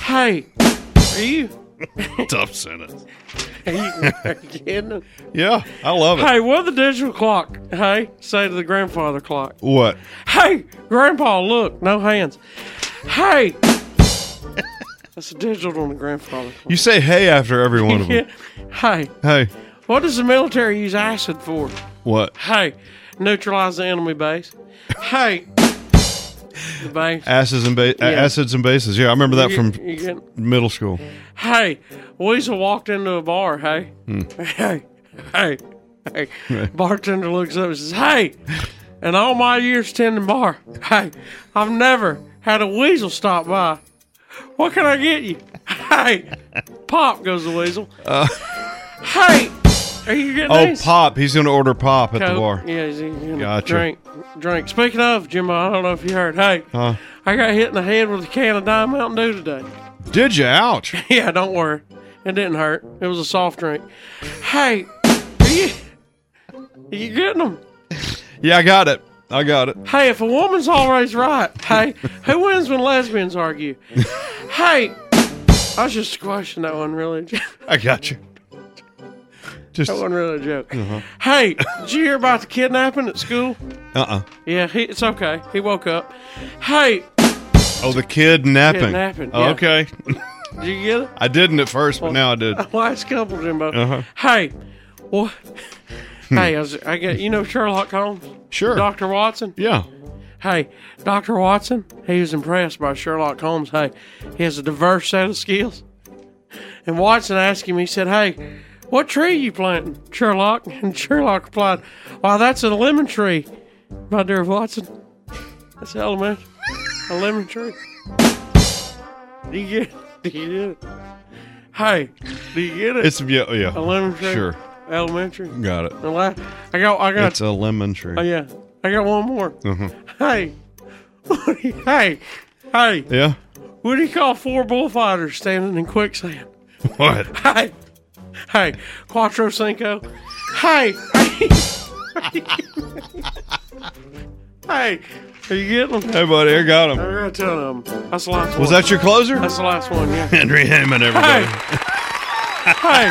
C: Hey, are you?
B: Tough sentence.
C: Are you, *laughs* are you kidding?
B: Yeah, I love it.
C: Hey, what the digital clock? Hey, say to the grandfather clock.
B: What?
C: Hey, grandpa, look, no hands.
B: *laughs*
C: Hey, that's a digital on the grandfather clock.
B: You say hey after every
C: *laughs*
B: one of them.
C: Hey,
B: Hey.
C: what does the military use acid for?
B: What?
C: Hey, neutralize the enemy base.
B: *laughs*
C: Hey, the base.
B: Acids and ba-
C: Yeah.
B: acids and bases. Yeah, I remember that
C: You-
B: from
C: you get-
B: middle school.
C: Hey, Weasel walked into a bar. Hey,
B: Hmm.
C: *laughs* hey, hey, hey. Bartender looks up and says, Hey, in all my years tending bar, hey, I've never had a weasel stop by. What can I get you? *laughs* Hey, pop goes the weasel. hey, are you getting
B: Uh. Oh,
C: these?
B: pop. He's going to order pop at the
C: Coke.
B: bar.
C: Yeah, he's gonna
B: Gotcha.
C: drink. Drink. Speaking of, Jimbo, I don't know if you heard. Hey,
B: Huh?
C: I got hit in the head with a can of Diet Mountain Dew today.
B: Did you? Ouch.
C: *laughs* Yeah, don't worry. It didn't hurt. It was a soft drink. Hey, are you, are you getting them?
B: Yeah, I got it. I got it.
C: Hey, if a woman's always right, hey, who wins when lesbians
B: *laughs*
C: argue? hey, I was just squashing that one, really. *laughs* That
B: I got you. Just uh
C: wasn't really a joke. Hey, did you hear about the kidnapping at school?
B: uh
C: Yeah, he, it's okay. He woke up. Hey,
B: Oh, the kidnapping.
C: Kidnapping,
B: Oh,
C: yeah.
B: Okay,
C: did you get it?
B: I didn't at first, but now I did.
C: Last couple, Jimbo.
B: Uh-huh. Hmm.
C: Hey, what? hey, I, was, I got you know Sherlock Holmes,
B: Sure.
C: Doctor Watson.
B: Yeah.
C: Hey, Dr. Watson, he was impressed by Sherlock Holmes. Hey, he has a diverse set of skills. And Watson asked him, he said, Hey, what tree you planting, Sherlock? *laughs* And Sherlock replied, Why, that's a lemon tree, my dear Watson. That's hell, man. A lemon tree. Do you get it? Do you get it? Hey, do you get it?
B: It's yeah. oh, yeah.
C: a lemon tree.
B: Sure.
C: Elementary.
B: Got it.
C: The la- I got, I got
B: It's a lemon tree.
C: Oh yeah, I got one more.
B: Mm-hmm.
C: Hey, *laughs* hey, hey!
B: yeah. *laughs*
C: What do you call four bullfighters standing in quicksand? *laughs*
B: What?
C: Hey, hey, Quattro Cinco. Hey, *laughs* hey, are you getting them?
B: Hey, buddy, I got
C: I
B: him.
C: got a ton of them. That's the last
B: Was
C: one.
B: that your closer?
C: *laughs* That's the last one.
B: *laughs*
C: Yeah.
B: Henry Heyman,
C: Hey,
B: everybody.
C: hey,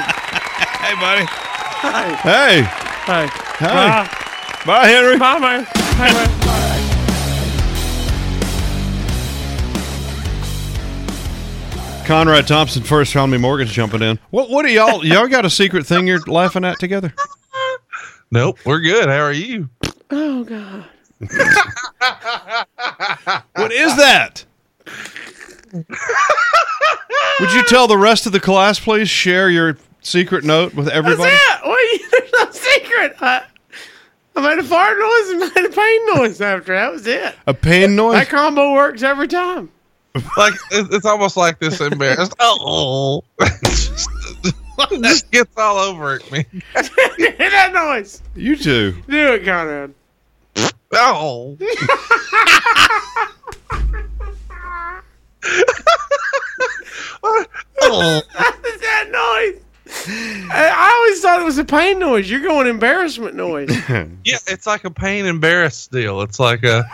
B: Hey, buddy. Hey.
C: hey, hey.
B: Hey.
C: Bye,
B: Bye, Henry.
C: bye, man. Hey, man.
B: Conrad Thompson, first Romney Morgan's jumping in. What? What do y'all? Y'all got a secret thing you're laughing at together?
J: Nope, we're good. How are you?
C: Oh God.
B: What is that? Would you tell the rest of the class, please, share your secret note with everybody?
C: What's that? What? *laughs* There's no secret. I, I made a fart noise and *laughs* made a pain noise after. That was it.
B: A pain noise?
C: That combo works every time. *laughs*
J: Like it- it's almost like this embarrassed.
C: *laughs*
J: Oh, just, just gets all over at me.
C: Hear that noise.
B: You two. *laughs*
C: Do it, Conrad. *laughs*
J: Oh,
C: What's that noise? I I always thought it was a pain noise. *laughs* You're going embarrassment noise. *laughs*
J: yeah, it's like a *laughs* pain embarrassed deal. It's like a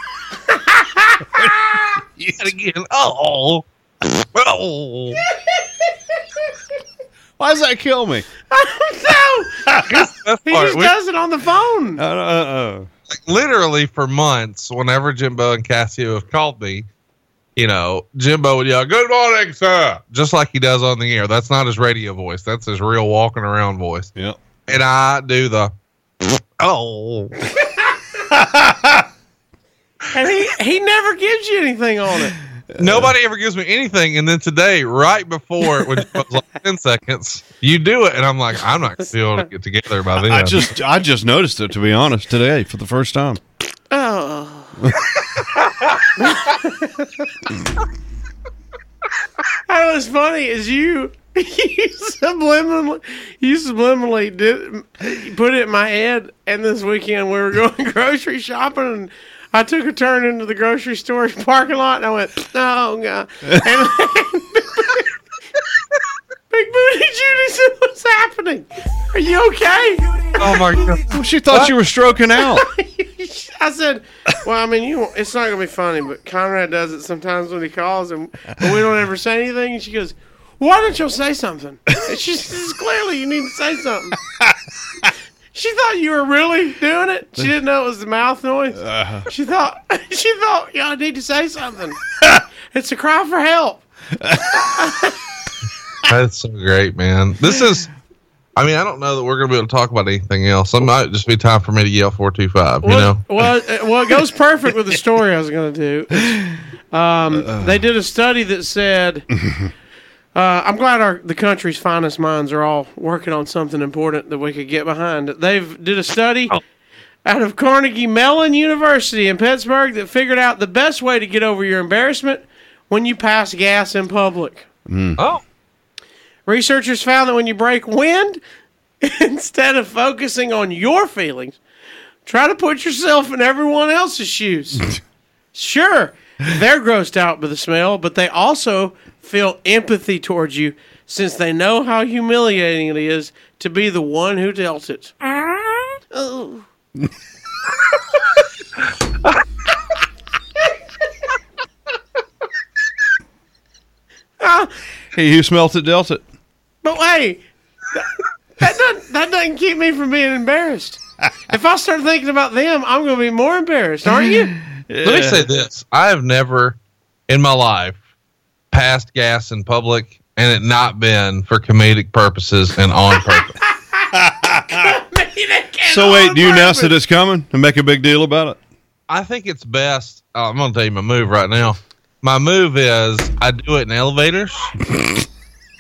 J: Yet again. Oh. Oh.
B: Why does that kill me?
J: That
C: He
J: part,
C: just
J: we-
C: does it on the phone.
B: Uh, uh, uh.
J: literally for months, whenever Jimbo and Cassio have called me, you know, Jimbo would yell, Good morning, sir, just like he does on the air. That's not his radio voice, that's his real walking around voice.
B: Yeah.
J: And I do the, Oh,
C: And he, he never gives you anything on it.
J: nobody ever gives me anything. And then today, right before it, which was like *laughs* 10 seconds, you do it. And I'm like, I'm not going to be able to get together by then.
B: I *laughs* just I just noticed it to be honest today for the first time.
C: Oh. *laughs* that was funny. Is you *laughs* you subliminally you subliminally did put it in my head. And this weekend we were going *laughs* grocery shopping. and I took a turn into the grocery store *laughs* parking lot, and I went, "Oh God!" And *laughs* Big Booty Judy said, "What's happening? Are you okay?"
J: oh my God.
B: Well, she thought you were stroking
C: *laughs*
B: out.
C: I said, "Well, I mean, you. It's not gonna be funny, but Conrad does it sometimes when he calls, and but we don't ever say anything." And she goes, "Why don't you say something?" And she says, "Clearly, you need to say something." she thought you were really doing it. She didn't know it was the mouth noise. She thought *laughs* she thought, "Yeah, I need to say something." it's a cry for help.
J: That's so great, man. This is. I mean, I don't know that we're going to be able to talk about anything else. It might just be time for me to yell four two five. You know,
C: well, uh, well, it goes perfect
J: *laughs*
C: with the story I was going to do.
J: Uh,
C: Um, they did a study that
J: *laughs*
C: said, uh, "I'm glad our the country's finest minds are all working on something important that we could get behind." They've did a study out of Carnegie Mellon University in Pittsburgh that figured out the best way to get over your embarrassment when you pass gas in public.
J: oh,
C: Researchers found that when you break wind, *laughs* instead of focusing on your feelings, try to put yourself in everyone
B: *laughs*
C: else's shoes. sure, they're grossed out by the smell, but they also feel empathy towards you since they know how humiliating it is to be the one who dealt it. Oh.
B: He who smelt it dealt it.
C: But wait, that doesn't, that doesn't keep me from being embarrassed. If I start thinking about them, I'm going to be more embarrassed, aren't you?
J: let me say this: I have never in my life passed gas in public and it not been for comedic purposes and on purpose.
B: So wait, do you announce that it's coming and make a big deal about it?
J: I think it's best. oh, I'm going to tell you my move right now. My move is I do it in elevators,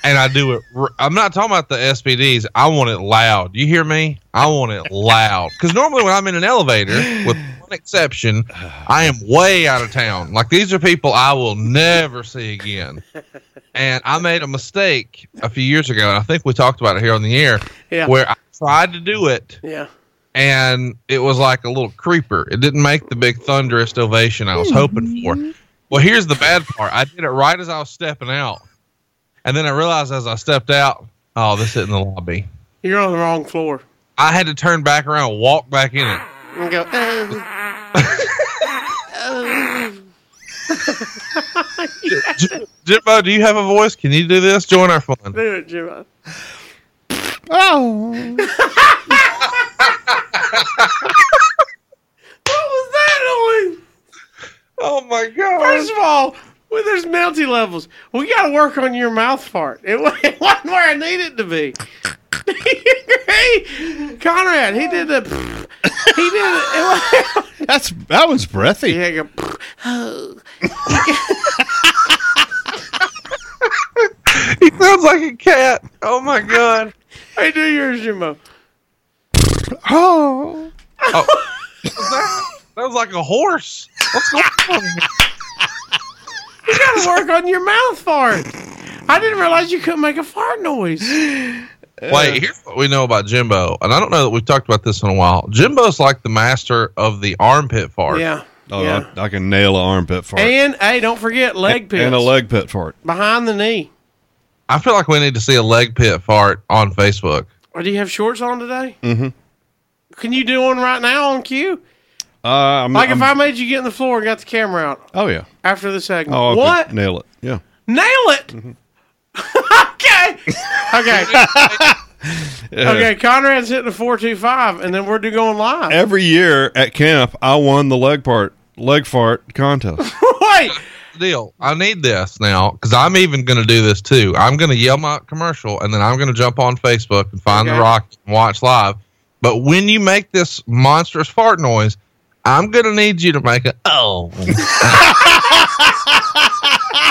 J: and I do it. r- I'm not talking about the SPDs. I want it loud. You hear me? I want it loud. Because normally when I'm in an elevator, with one exception, I am way out of town. Like these are people I will never see again. And I made a mistake a few years ago, and I think we talked about it here on the air,
C: Yeah.
J: where I tried to do it
C: Yeah.
J: and it was like a little creeper. It didn't make the big thunderous ovation I was hoping for. Well, here's the bad part. I did it right as I was stepping out. And then I realized as I stepped out, oh, this isn't the lobby.
C: You're on the wrong floor.
J: I had to turn back around and walk back in *laughs* it.
C: And go, "Oh,
J: J- Jimbo, do you have a voice? Can you do this? Join our fun.
C: do it, Jimbo.
B: Oh.
C: What was that noise?
J: Oh my gosh.
C: First of all, well, there's multi levels. We got to work on your mouth fart. It wa- *laughs* it wasn't where I need it to be. *laughs* Hey, Conrad, he did the. *laughs* He did it. it wa- *laughs*
B: That's that was breathy.
C: he had a-
J: He *laughs* sounds like a cat. Oh my god.
C: *laughs* Hey, do yours, Jimbo.
B: Oh.
J: That was like a horse. What's going on?
C: You got to work on your mouth fart. I didn't realize you couldn't make a fart noise.
J: Wait, here's what we know about Jimbo, and I don't know that we've talked about this in a while. Jimbo's like the master of the armpit fart.
C: Yeah.
B: Oh,
C: yeah.
B: I, I can nail an armpit fart
C: And, hey, don't forget leg pits.
B: and a leg pit fart.
C: Behind the knee.
J: I feel like we need to see a leg pit fart on Facebook.
B: Mm-hmm.
C: Or do you have shorts on today? Mm hmm. Can you do one right now on cue?
B: Uh, I'm,
C: Like if
B: I'm-
C: I made you get on the floor and got the camera out
B: oh yeah.
C: after the segment.
B: Oh, Mm-hmm. I could
C: what?
B: Nail it. Yeah.
C: Nail it. *laughs* okay.
B: *laughs*
C: Okay.
B: Yeah.
C: Okay. Conrad's hitting a four two five, and then we're do going live.
B: Every year at camp, I won the leg part leg fart
C: *laughs*
B: contest.
C: *laughs* Wait.
J: Deal. I need this now because I'm even going to do this too. I'm going to yell my commercial and then I'm going to jump on Facebook and find
C: Okay.
J: the rock and watch live. But when you make this monstrous fart noise, I'm going to need you to make a oh.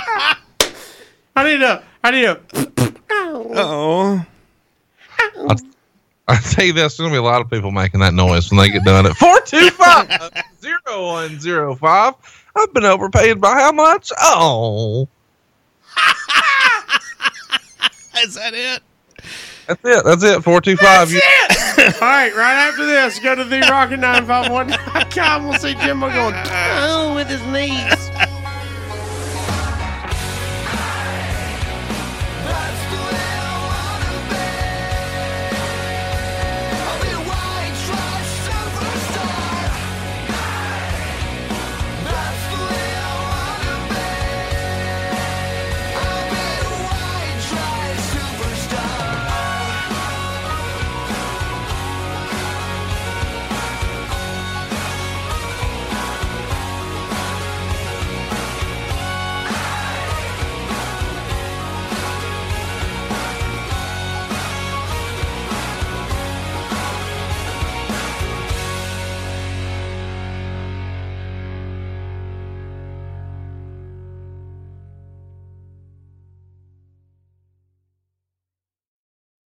C: I need a. I need a.
B: Oh.
J: *laughs* I tell you this, there's going to be a lot of people making that noise when they get done at *laughs* 425-0105. I've been overpaid by how much? Oh.
K: *laughs* Is that it?
J: That's it. That's it. 425. You-
C: All right. Right *laughs* after this, go to the rocket nine five one com. We'll see Jimbo going "Oh," with his knees.